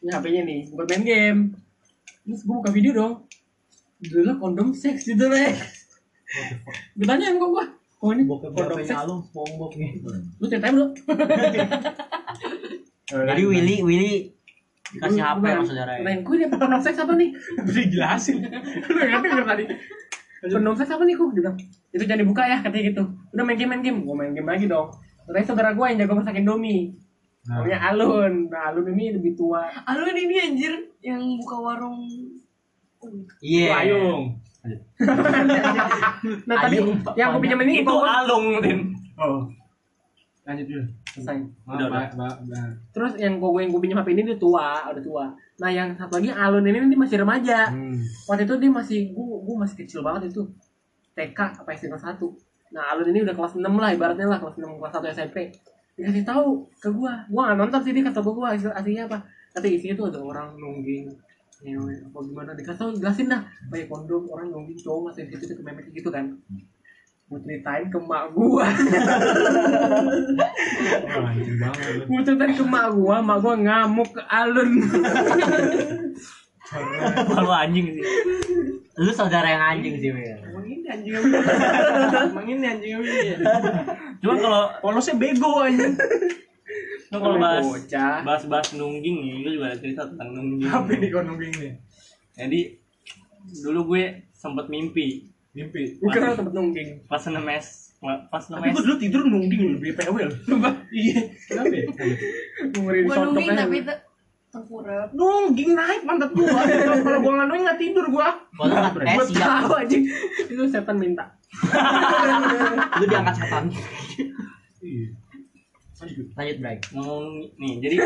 S2: ini HP-nya nih buat main game terus gue buka video dong dulu kondom seks gitu deh gue tanya kok gue oh ini kondom seks
S1: lu bombok nih.
S2: lu ceritain belum
S5: Jadi Willy Willy dikasih
S2: Gua-
S5: HP
S2: gua
S5: sama
S2: nanya,
S5: saudara ya.
S2: nanya gue ini kondom seks apa nih
S4: Udah dijelasin.
S2: lu nggak ngerti nggak tadi kondom seks apa nih kok dia bilang itu jangan dibuka ya katanya gitu udah main game main game gue main game lagi dong Ternyata saudara gue yang jago masak Indomie Namanya Alun Nah Alun ini lebih tua
S3: Alun ini anjir yang buka warung.
S5: Iya.
S4: Payung.
S2: Nah tadi
S5: Ayo,
S2: yang gue pinjam ini
S1: Itu
S2: gua-
S1: alung Tin.
S4: Oh. Lanjut dulu.
S2: Selesai
S4: Maaf,
S1: Udah,
S4: Mbak, Mbak, Mbak.
S2: Terus yang gue yang gue pinjam HP ini dia tua, udah tua. Nah yang satu lagi Alun ini dia masih remaja.
S4: Hmm.
S2: Waktu itu dia masih gue gue masih kecil banget itu TK apa SD kelas satu. Nah Alun ini udah kelas 6 lah ibaratnya lah kelas 6 kelas 1 SMP. Dikasih tahu ke gue, gue nggak nonton sih dia kata gue gue aslinya apa? Tapi isinya tuh ada orang nungging nyewe apa gimana dikasih tahu jelasin dah pakai kondom orang nungging cowok masih gitu gitu memek gitu kan gue ceritain ke mak gua
S4: Wah, anjing banget
S2: gue
S4: lu.
S2: ceritain ke mak gua mak gua ngamuk ke alun
S1: Kalau anjing sih.
S5: Lu saudara yang anjing sih, Wil.
S4: Emang ini anjingnya Willy. Emang ini anjingnya Willy.
S1: Cuma kalau
S4: Polosnya bego anjing.
S1: cuma kalau bahas
S2: bocah
S1: bahas bahas nungging iya. nih, gue juga ada cerita tentang nungging.
S4: Apa ini kau nungging nih?
S1: Jadi dulu gue sempat mimpi
S4: Mimpi.
S2: Bukan orang tempat nungging.
S1: pas 6 S pas 6
S4: Tapi
S1: S
S4: gua dulu tidur nungging lu di PW lu. Iya. Kenapa ya?
S2: Ngeri
S3: Bukan
S2: disontok
S4: kan.
S3: nungging
S2: aja.
S3: tapi te- tengkurap.
S4: Nungging naik pantat gua. Kalau gua nggak nungging nggak tidur gua.
S5: Kalau angkat eh
S2: Gua
S5: siap.
S2: tahu aja. Itu setan minta.
S5: Lu diangkat setan.
S4: Iya. Lanjut.
S5: Lanjut, Bray.
S1: ngomong nih jadi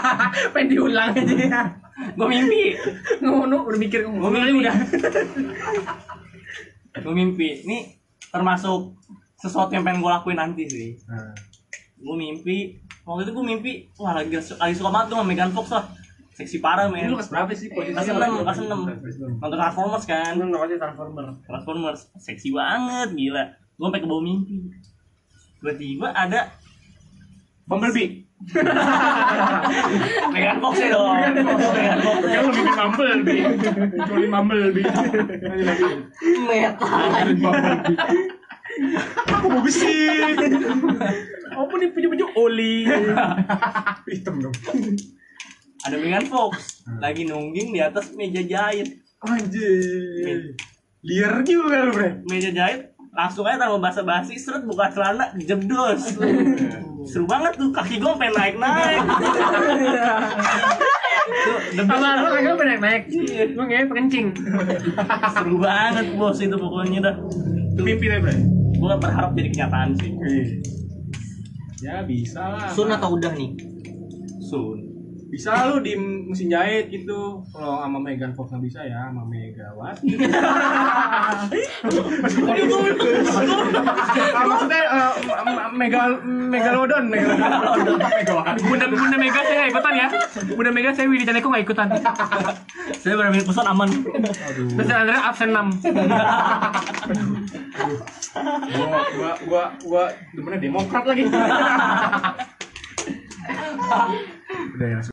S2: Pengen diulang aja.
S1: gue mimpi
S2: Ngomong lu udah mikir
S1: gue
S2: ngomong.
S1: mimpi udah gue mimpi ini termasuk sesuatu yang pengen gue lakuin nanti sih
S4: Nah.
S1: gue mimpi waktu itu gue mimpi wah lagi lagi suka banget tuh sama Megan Fox lah seksi parah men
S4: Lu kelas berapa sih posisinya?
S1: Kelas enam, kelas enam. nonton Transformers kan
S2: Lu namanya Transformer.
S1: Transformers seksi banget gila gue sampai ke bawah mimpi tiba-tiba ada
S4: Bumblebee.
S1: Megan Fox ya dong Megan Fox
S4: Kan lu mimpi Bumblebee. Lu mimpi Bumblebee. Lanjut lagi.
S5: Meta.
S4: Aku mau gesit.
S2: Oh, pun punya baju oli.
S4: Hitam dong. Hmm.
S1: ada Megan Fox lagi nungging di atas meja jahit
S4: Anjir. Liar juga lu, Bre.
S1: meja jahit langsung aja tanpa basa basi seret buka celana jebdos seru banget tuh kaki gue pengen naik naik
S2: Sama lu kagak lu naik naik. Lu ngewe pengencing.
S1: seru banget bos itu pokoknya dah
S4: Mimpi deh, ya, Bre.
S1: gue berharap jadi kenyataan sih
S4: Ya bisa lah.
S5: Sun atau udah nih?
S1: sun
S4: bisa lu di mesin jahit gitu kalau sama Megan Fox nggak bisa ya sama Megawati maksudnya eh, m- m- Mega Megalodon Megalodon Megawati
S2: Bunda Bunda Mega saya nggak ikutan ya. Bunda Mega saya Willy Janeko nggak ikutan.
S1: saya berani pesan aman
S2: Terus Andra absen 6.
S4: gua gua gua gua demennya Demokrat lagi udah ya